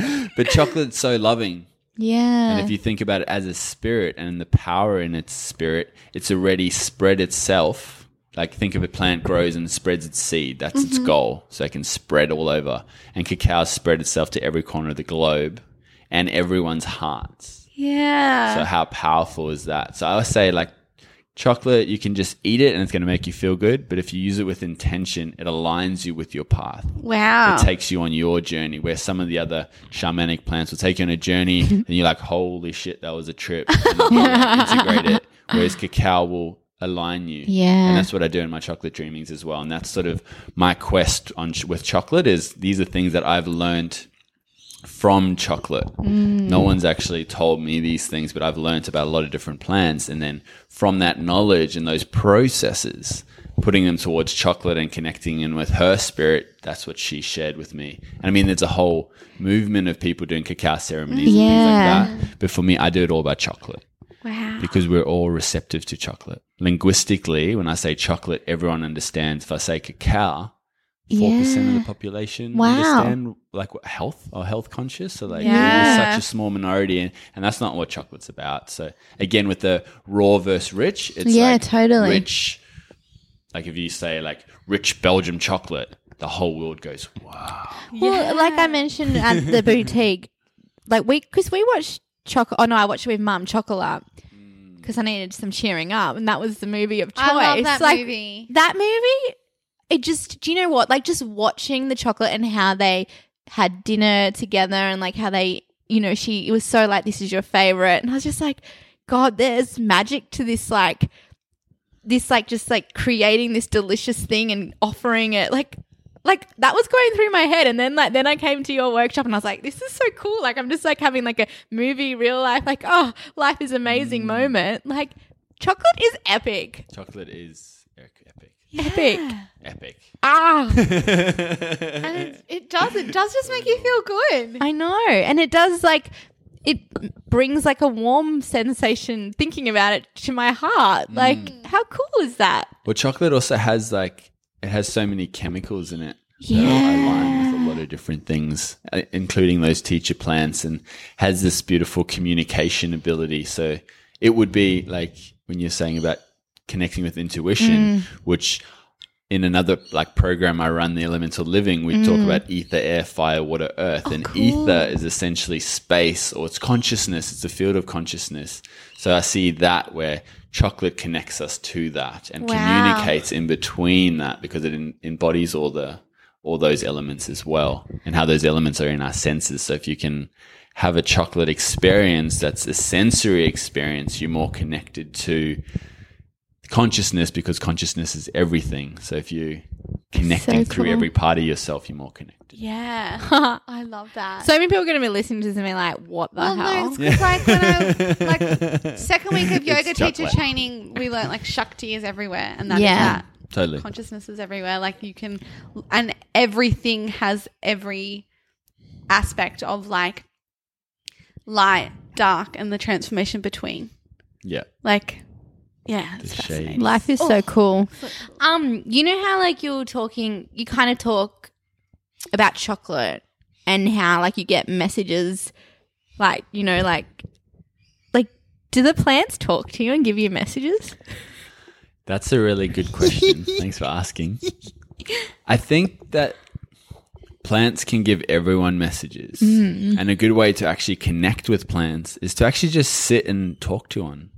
D: Um, but chocolate's so loving.
C: yeah,
D: And if you think about it as a spirit and the power in its spirit, it's already spread itself. Like think of a plant grows and spreads its seed. That's its goal. So it can spread all over. And cacao spread itself to every corner of the globe and everyone's hearts.
E: yeah.
D: So how powerful is that? So I would say like chocolate, you can just eat it and it's going to make you feel good. But if you use it with intention, it aligns you with your path
E: wow.
D: it takes you on your journey where some of the other shamanic plants will take you on a journey and you're like holy shit that was a trip and then you, like, integrate it whereas cacao will align you.
C: Yeah.
D: And that's what I do in my chocolate dreamings as well. And that's sort of my quest on ch- with chocolate is these are things that I've learned from chocolate. No one's actually told me these things, but I've learned about a lot of different plants and then from that knowledge and those processes putting them towards chocolate and connecting in with her spirit that's what she shared with me and i mean there's a whole movement of people doing cacao ceremonies and things like that but for me i do it all by chocolate because we're all receptive to chocolate. Linguistically, when I say chocolate, everyone understands. If I say cacao, four percent of the population understand like what health or health conscious. So like
E: Yeah.
D: it's such a small minority, and, and that's not what chocolate's about. So again, with the raw versus rich, it's
C: Yeah,
D: like
C: totally.
D: rich. Like if you say like rich Belgium chocolate, the whole world goes wow.
C: Well, like I mentioned at the boutique, like we because we watched chocolate. Oh no, I watched it with mum chocolate because I needed some cheering up, and that was the movie of choice.
E: Mm. I love that
C: like
E: movie.
C: that movie, it just do you know what? Like just watching the chocolate and how they had dinner together, and like how they, you know, she it was so like this is your favorite, and I was just like, God, there's magic to this like. This like just like creating this delicious thing and offering it like like that was going through my head and then like then i came to your workshop and i was like this is so cool like i'm just like having like a movie real life like oh life is amazing moment like chocolate is epic
D: Chocolate is epic,
C: epic
D: epic.
C: ah
D: Ah.
E: It does. It does just make you feel good.
C: i know and it does like it brings like a warm sensation thinking about it to my heart
D: Mm.
C: like how cool is that
D: Well, chocolate also has like it has so many chemicals in it. Yeah, align with a lot of different things, uh, including those teacher plants, and has this beautiful communication ability. So it would be like when you're saying about connecting with intuition, which in another like program I run, the Elemental Living, we talk about ether, air, fire, water, earth, and ether is essentially space or it's consciousness. It's a field of consciousness. So I see that where chocolate connects us to that and communicates in between that because it en- embodies all the all those elements as well and how those elements are in our senses. So if you can have a chocolate experience that's a sensory experience, you're more connected to consciousness because consciousness is everything. So if you connecting through
C: cool.
D: every part of yourself, you're more connected.
E: Yeah, I love that.
C: so many people are going to be listening to this and be like what the
E: well,
C: hell
E: no, it's 'cause, like when I like second week of
D: It's
E: yoga teacher
D: chocolate.
E: training, we learnt like shakti is everywhere, and that's
C: Yeah.
E: that.
D: Totally.
E: consciousness is everywhere. Like you can, and everything has every aspect of like light, dark, and the transformation between.
D: Yeah.
E: Like, yeah,
D: The
E: it's
D: shade.
E: fascinating.
C: Life is so cool. Oh. Um, you know how like you're talking, you kind of talk about chocolate and how like you get messages, like you know, like like do the plants talk to you and give you messages?
D: That's a really good question. Thanks for asking. I think that plants can give everyone messages.
E: Mm.
D: And a good way to actually connect with plants is to actually just sit and talk to one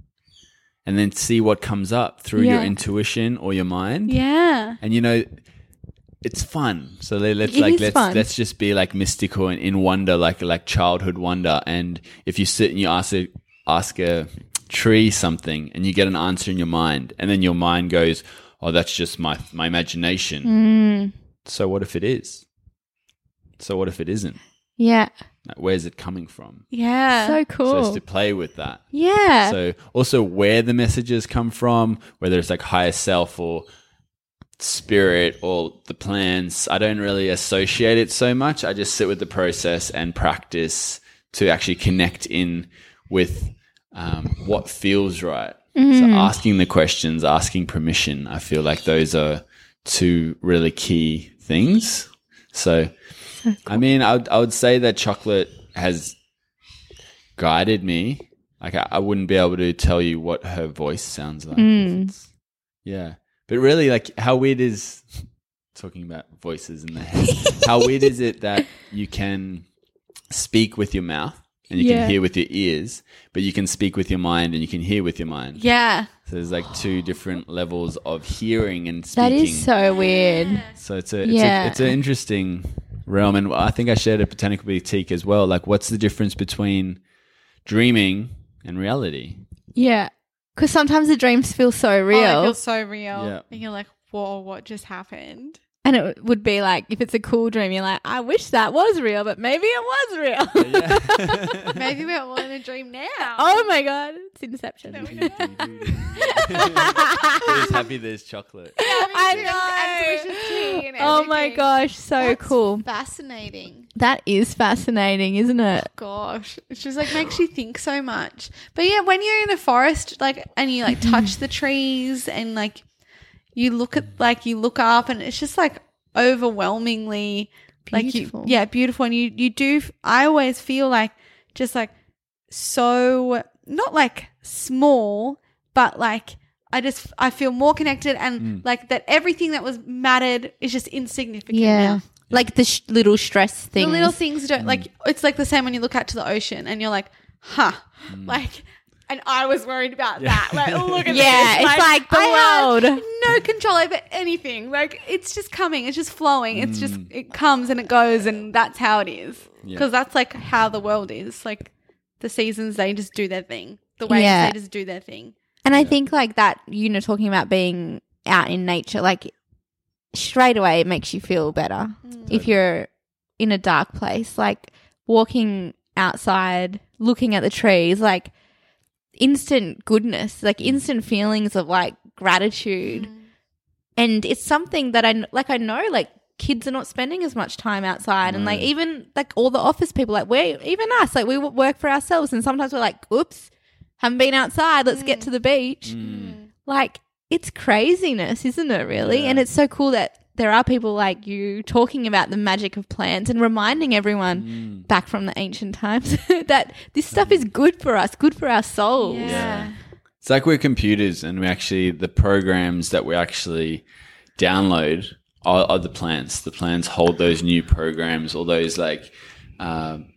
D: and then see what comes up through your
C: Yeah.
D: intuition or your mind.
E: yeah,
D: And you know, it's fun. So le- let's
C: It
D: like
C: is
D: let's
C: fun.
D: let's just be like mystical and in wonder, like like childhood wonder. And if you sit and you ask a ask a tree something, and you get an answer in your mind, and then your mind goes, "Oh, that's just my my imagination."
C: Mm.
D: So what if it is? So what if it isn't?
C: Yeah,
D: Like, where's it coming from?
E: yeah.
C: so
D: So
C: cool.
D: it's to play with that.
C: Uh, yeah,
D: So also where the messages come from, whether it's like higher self or spirit or the plans, I don't really associate it so much. I just sit with the process and practice to actually connect in with um, what feels right. So asking the questions, asking permission, I feel like those are two really key things. So, I mean, I would, I would say that chocolate has guided me. Like I, I wouldn't be able to tell you what her voice sounds like. if
C: Hmm.
D: it's- Yeah. But really like how weird is talking about voices in the head. how weird is it that you can speak with your mouth and you can hear with your ears, but you can speak with your mind and you can hear with your mind.
E: yeah,
D: So there's like two different levels of hearing and
C: that
D: speaking.
C: is so weird.
D: So it's a it's,
C: Yeah.
D: a it's an interesting realm, and I think I shared at Botanical Boutique as well. Like, what's the difference between dreaming and reality?
C: Yeah, Because sometimes the dreams feel so real.
E: Oh, it feels so real.
D: Yeah.
E: And you're like, whoa, what just happened?
C: and it would be like, if it's a cool dream, you're like, I wish that was real, but maybe it was real.
E: Maybe we're all in a dream now.
C: oh my God. It's Inception.
D: I'm just happy there's chocolate.
C: I know. Oh my gosh. So cool.
E: Fascinating.
C: That is fascinating, isn't it?
E: Gosh, it just like makes you think so much. But yeah, when you're in a forest, like, and you like touch the trees and like you look at, like, you look up and it's just like overwhelmingly
C: Beautiful.
E: like you, yeah, beautiful. And you, you do, f- I always feel like just like so, not like small, but like, I just I feel more connected and like that everything that was mattered is just insignificant. now.
C: Like the sh- little stress things. Mm.
E: The little things don't like. It's like the same when you look out to the ocean and you're like, huh,
C: Mm.
E: like. And I was worried about that. Like, look at
C: Yeah,
E: this.
C: it's like the
E: I had
C: world.
E: No control over anything. Like it's just coming. It's just flowing. It's
C: Mm.
E: just it comes and it goes, and that's how it is. Because that's like how the world is. Like the seasons, they just do their thing. The waves,
C: Yeah.
E: they just do their thing.
C: And I think like that, you know, talking about being out in nature, like straight away it makes you feel better if you're in a dark place. Like walking outside, looking at the trees, like instant goodness, like instant feelings of like gratitude. And it's something that I kn- like. I know like kids are not spending as much time outside, and like even like all the office people, like we even us, like we w- work for ourselves, and sometimes we're like, oops. Haven't been outside. Let's get to the beach. Like it's craziness, isn't it? Really, and it's so cool that there are people like you talking about the magic of plants and reminding everyone back from the ancient times that this stuff is good for us, good for our souls.
D: Yeah. It's like we're computers and we actually, the programs that we actually download are, are the plants. The plants hold those new programs, all those like um,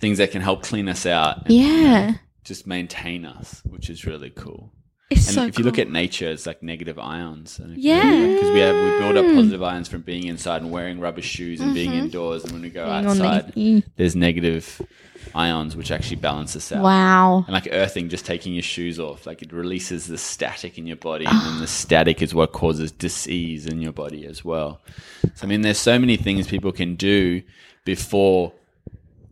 D: things that can help clean us out and
C: Yeah.
D: just maintain us, which is really cool.
E: It's
D: And
E: so.
D: if you look at nature, it's like negative ions. And if you-
C: Yeah. Mm.
D: Because we have we build up positive ions from being inside and wearing rubber shoes and being indoors. And when we go
C: Mm-hmm. on the-
D: outside,
C: Mm.
D: there's negative ions, which actually balance us out.
C: Wow.
D: And like earthing, just taking your shoes off, like it releases the static in your body, and then the static is what causes disease in your body as well. So I mean, there's so many things people can do before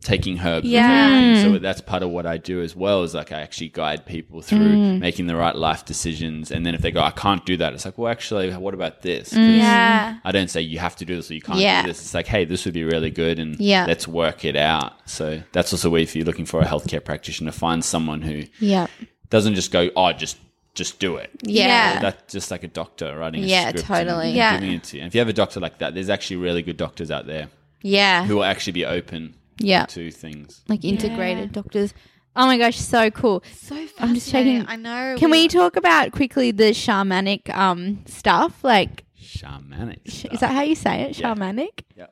D: taking herbs. and
E: Yeah.
D: taking- So that's part of what I do as well. Is like I actually guide people through making the right life decisions, and then if they go, I can't do that, it's like, well, actually, what about this? 'Cause
E: yeah.
D: I don't say you have to do this or you can't
C: Yeah.
D: do this. It's like, hey, this would be really good and
C: Yeah.
D: let's work it out. So that's also where if you're looking for a healthcare practitioner, find someone who
C: Yeah.
D: doesn't just go, oh, just just do it.
C: Yeah.
D: That's just like a doctor writing a
C: Yeah,
D: script
C: totally.
D: and
C: Yeah.
D: giving it to you. And if you have a doctor like that, there's actually really good doctors out there
C: Yeah.
D: who will actually be open
C: Yeah.
D: to things.
C: Like integrated doctors. Oh my gosh, so cool.
E: So fascinating.
C: I'm just checking-
E: I know.
C: Can we talk about quickly the shamanic um stuff? Like
D: Shamanic.
C: sh-
D: stuff.
C: is that how you say it?
D: Yeah.
C: Shamanic?
D: Yeah.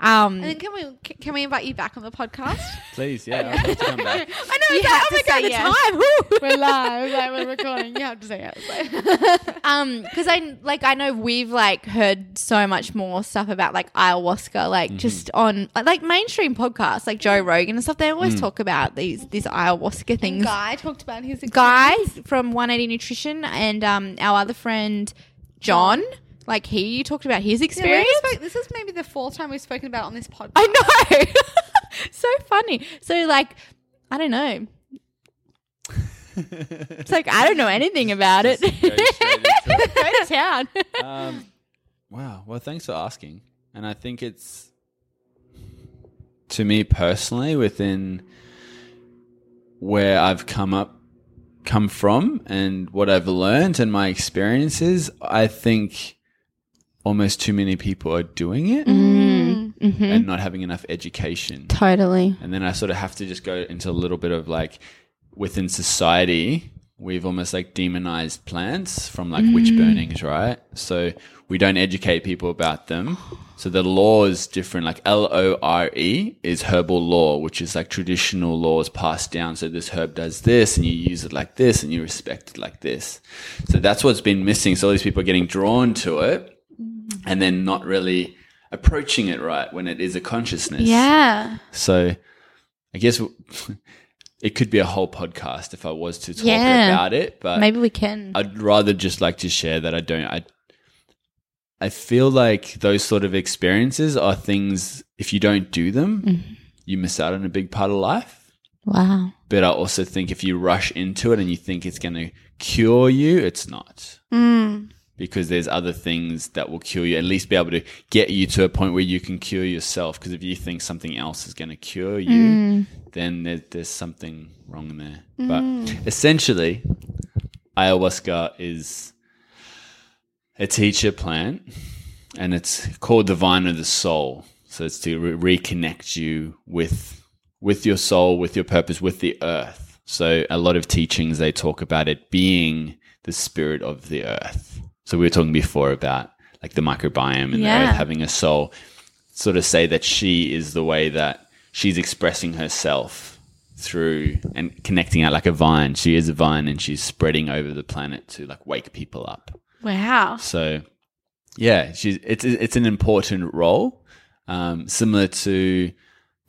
C: Um
E: And then can we can we invite you back on the podcast?
D: Please, yeah. I'd love to come back.
C: I know it's like, oh my god, the time.
E: we're live, like we're recording. You have to say it.
C: um because i like i know we've like heard so much more stuff about like ayahuasca
D: Mm-hmm.
C: like just on like mainstream podcasts like joe rogan and stuff they always
D: Mm.
C: talk about these these ayahuasca things
E: Guy talked about his
C: guys from 180 nutrition and um our other friend john like he talked about his experience
E: this is maybe the fourth time we've spoken about it on this podcast.
C: i know so funny so like i don't know it's like i don't know anything about it
D: Go straight into it.
C: go to town
D: Um, wow. Well, thanks for asking. And I think it's to me personally within where I've come up come from and what I've learned and my experiences, I think almost too many people are doing it and not having enough education.
C: totally
D: And then I sort of have to just go into a little bit of like within society, we've almost like demonized plants from like witch burnings, right? So we don't educate people about them. So the law is different. Like L O R E is herbal law, which is like traditional laws passed down. So this herb does this and you use it like this and you respect it like this. So that's what's been missing. So all these people are getting drawn to it and then not really approaching it right when it is a consciousness.
E: Yeah.
D: So I guess w- it could be a whole podcast if I was to talk
C: Yeah.
D: about it, but
C: Maybe we can.
D: I'd rather just like to share that I don't. I I feel like those sort of experiences are things. If you don't do them,
C: Mm-hmm.
D: you miss out on a big part of life.
C: wow.
D: But I also think if you rush into it and you think it's going to cure you, it's not. Because there's other things that will cure you, at least be able to get you to a point where you can cure yourself. Because if you think something else is going to cure you, then there, there's something wrong there. But essentially, ayahuasca is a teacher plant and it's called the vine of the soul so it's to re- reconnect you with with your soul with your purpose with the earth so a lot of teachings they talk about it being the spirit of the earth so we were talking before about like the microbiome and the
C: Yeah.
D: earth having a soul sort of say that she is the way that she's expressing herself through and connecting out like a vine she is a vine and she's spreading over the planet to like wake people up
E: Wow.
D: so, yeah, she's it's it's an important role, um, similar to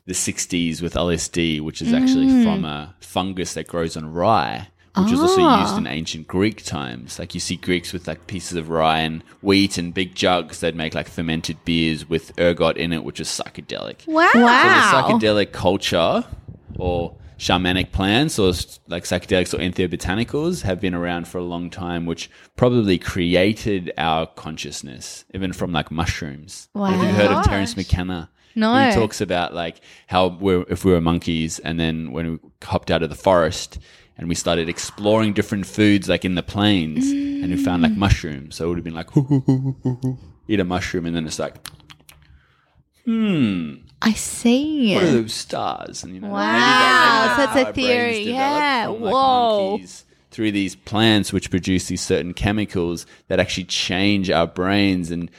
D: the '60s with LSD, which is actually from a fungus that grows on rye, which was also used in ancient Greek times. Like you see Greeks with like pieces of rye and wheat and big jugs. They'd make like fermented beers with ergot in it, which is psychedelic.
E: Wow.
D: So the psychedelic culture or shamanic plants or s- like psychedelics or entheobotanicals have been around for a long time, which probably created our consciousness, even from like mushrooms. Wow. Have you heard of Terence McKenna?
C: No.
D: He talks about like how we're, if we were monkeys and then when we hopped out of the forest and we started exploring different foods like in the plains and we found like mushrooms. So it would have been like, eat a mushroom and then it's like, hmm,
C: I see.
D: what are those stars? And, you know, wow,
C: Wow, so it's a theory, yeah, whoa.
D: through these plants, which produce these certain chemicals that actually change our brains and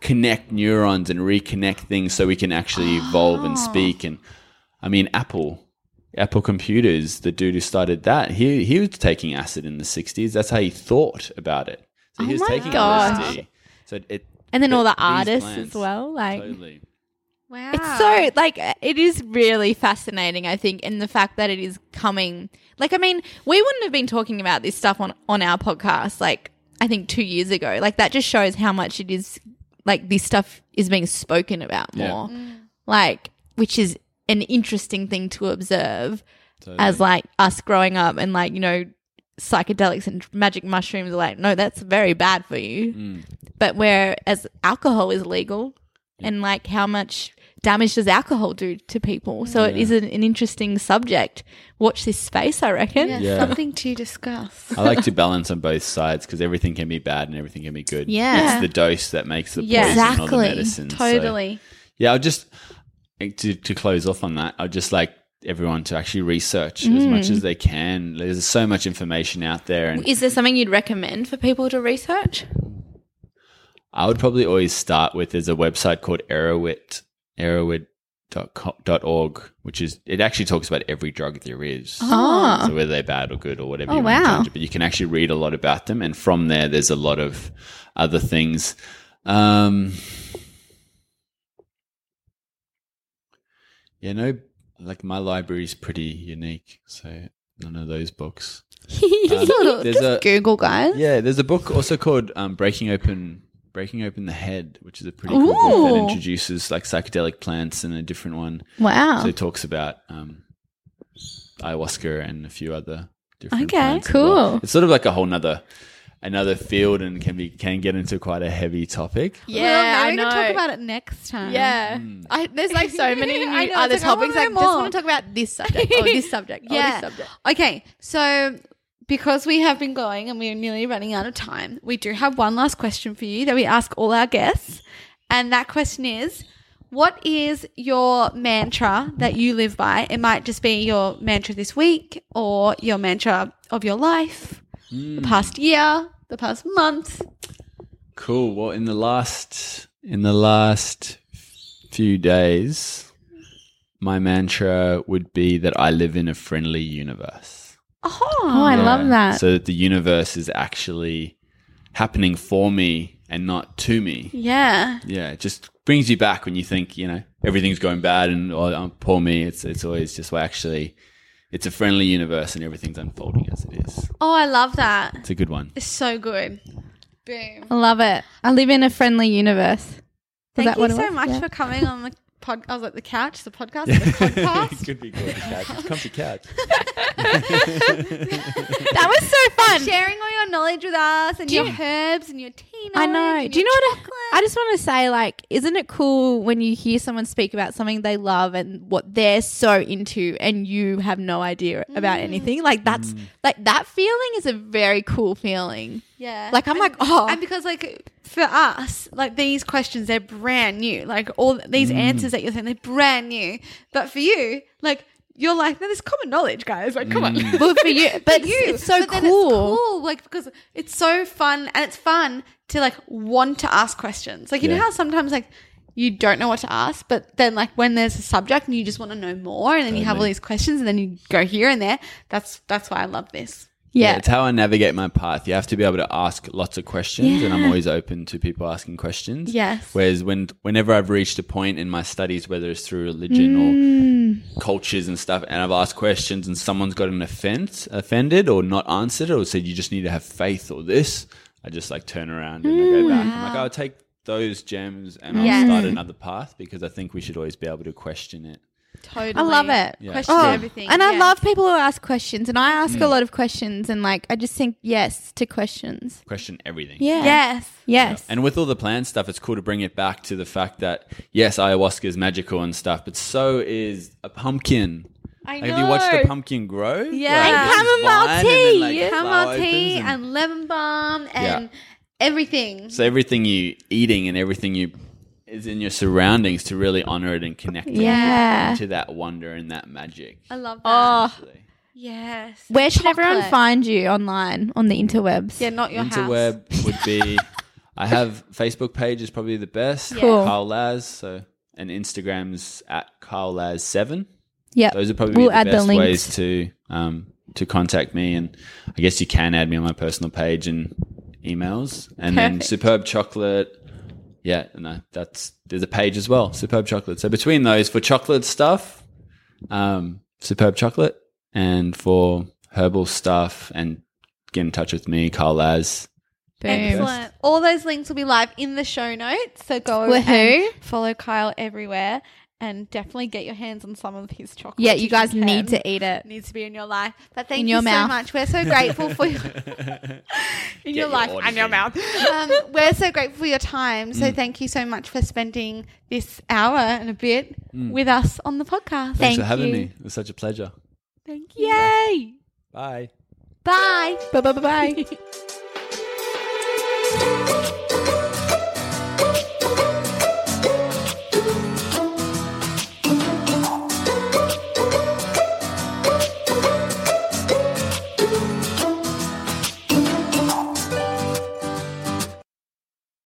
D: connect neurons and reconnect things, so we can actually evolve
C: Ah.
D: and speak. And I mean, Apple. Apple computers, the dude who started that, he he was taking acid in the sixties. That's how he thought about it. So he was taking
C: Oh gosh.
D: LSD. So it
C: and then all the
D: these
C: artists
D: plants-
C: as well. Like
D: Totally.
E: Wow.
C: it's so like uh, it is really fascinating. I think, and the fact that it is coming. Like I mean, we wouldn't have been talking about this stuff on on our podcast. Like I think two years ago. Like that just shows how much it is. Like this stuff is being spoken about
D: Yeah.
C: more. Like which is an interesting thing to observe as like us growing up and like you know psychedelics and magic mushrooms are like no that's very bad for you but whereas alcohol is legal and like how much damage does alcohol do to people so it is an, an interesting subject watch this space i reckon
E: Yeah,
D: Yeah.
E: Something to discuss.
D: I like to balance on both sides because everything can be bad and everything can be good.
C: Yeah.
D: it's the dose that makes the poison
C: Yeah.
D: or the
C: Exactly.
D: medicine. So,
E: Totally.
D: yeah, I'll just to to close off on that. I'd just like everyone to actually research as much
C: Mm.
D: as they can. There's so much information out there, and
C: is there something you'd recommend for people to research
D: I would probably always start with there's a website called Arrowit, arrowit.org, which is it actually talks about every drug there is.
C: oh,
D: So whether they're bad or good or whatever you want to judge it, but you can actually read a lot about them, and from there, there's a lot of other things. Um, yeah, no, like my library's pretty unique, so none of those books. Um, there's a
E: Google guys.
D: yeah, there's a book also called um, Breaking Open Breaking Open the Head, which is a pretty cool book that
C: Ooh.
D: introduces like psychedelic plants and a different one.
C: wow
D: So it talks about um, ayahuasca and a few other different
C: Okay,
D: plants as well.
C: cool.
D: It's sort of like a whole nother another field and can be can get into quite a heavy topic.
E: well, maybe we can talk about it next time.
C: yeah, I, there's like so many
E: I
C: new
E: know,
C: other
E: it's like, I wanna
C: topics. I,
E: know
C: just
E: more.
C: want to talk about this subject, or this subject, or
E: Yeah.
C: this subject.
E: Okay. So because we have been going and we are nearly running out of time, we do have one last question for you that we ask all our guests. And that question is what is your mantra that you live by? It might just be your mantra this week or your mantra of your life, the past year, the past month.
D: Cool. Well, in the last in the last few days, my mantra would be that I live in a friendly universe.
C: Oh, I
D: Yeah. So that the universe is actually happening for me and not to me.
E: Yeah.
D: Yeah, it just brings you oh, back when you think, you know, everything's going bad and oh, um, poor me. It's it's always just well, actually it's a friendly universe and everything's unfolding as it is.
E: Oh, I love that.
D: It's a good one.
E: It's so good. Boom.
C: I love it. I live in a friendly universe. Is
E: Thank
C: that what
E: you
C: it
E: so
C: was?
E: much
C: Yeah.
E: for coming on the pod. I was like the couch, the podcast, the podcast.
D: could be called a couch. It's comfy couch.
C: That was so fun.
E: Sharing all your knowledge with us and your herbs and your tea.
C: I
E: knowledge
C: know.
E: and
C: Do you know
E: your
C: what?
E: Oh, chocolate.
C: I, I just want to say, like, isn't it cool when you hear someone speak about something they love and what they're so into, and you have no idea
E: Mm.
C: about anything? Like, that's like that feeling is a very cool feeling.
E: Yeah.
C: Like, I'm
E: And-
C: like, oh.
E: And because like for us, like these questions they're brand new. Like all
C: Mm.
E: these answers that you're saying, they're brand new. But for you, like you're like, no, there's common knowledge, guys. Like, come on.
C: Well, for you, but it's, it's so
E: But then
C: cool.
E: It's cool, like because it's so fun and it's fun to like want to ask questions. Like you know
D: Yeah.
E: how sometimes like you don't know what to ask, but then like when there's a subject and you just want to know more, and then you have all
D: Totally.
E: these questions, and then you go here and there. That's that's why I love this.
D: Yeah.
C: Yeah.
D: it's how I navigate my path. You have to be able to ask lots of questions, and I'm always open to people asking questions.
C: Yes.
D: Whereas when whenever I've reached a point in my studies, whether it's through religion
C: Mm.
D: or cultures and stuff, and I've asked questions, and someone's got an offense, offended or not answered, or said you just need to have faith or this, I just like turn around and I
C: Mm,
D: go back. I'm like I'll take those gems and I'll
E: Yes.
D: start another path because I think we should always be able to question it.
E: Totally,
C: I love it.
E: Question
C: Oh,
E: everything,
C: And I
E: yeah.
C: love people who ask questions, and I ask a lot of questions, and like I just think yes to questions.
D: Question everything.
C: Yeah.
E: Yes.
C: Yes.
D: And with all the plant stuff, it's cool to bring it back to the fact that yes, ayahuasca is magical and stuff, but so is a pumpkin. I Like, have you watched
E: know.
D: a pumpkin grow?
E: Yeah.
D: Like,
E: And
D: it's this
C: chamomile
D: vine and then,
C: tea.
D: like, flower
E: chamomile tea
D: opens
E: and, lemon balm and everything.
D: so everything you eating and everything you is in your surroundings to really honor it and connect it
C: Yeah.
D: to that wonder and that magic.
E: I love that.
C: oh,
D: Actually.
E: yes.
C: where should everyone
E: Chocolate.
C: find you online on the interwebs?
E: Yeah, not your house.
D: Interweb would be. I have Facebook page is probably the best.
C: Cool.
D: Carl Laz. So and Instagram's at Carl Laz seven.
C: Yep.
D: Those are probably
C: We'll
D: the
C: add the
D: best
C: links.
D: ways to um, to contact me, and I guess you can add me on my personal page and emails, and then Superb Chocolate. Yeah, no, that's there's a page as well, Superb Chocolate. So between those for chocolate stuff, um, Superb Chocolate, and for herbal stuff, and get in touch with me, Carl Laz.
E: Excellent. All those links will be live in the show notes. So go over
C: Woohoo.
E: and follow Kyle everywhere and definitely get your hands on some of his chocolate.
C: Yeah, you
E: if
C: guys
E: can.
C: need to eat it.
E: Needs to be in your life. But thank
C: In
E: you
C: your
E: so
C: mouth.
E: much. We're so grateful for your in your,
D: your
E: life
D: orders in.
E: um, we're so grateful for your time.
C: Mm.
E: So thank you so much for spending this hour and a bit
C: Mm.
E: with us on the podcast.
D: Thanks
C: Thank
D: for having
C: you.
D: me. It was such a pleasure.
E: Thank you.
C: Yay!
D: Bye.
E: Bye.
C: Bye bye bye bye.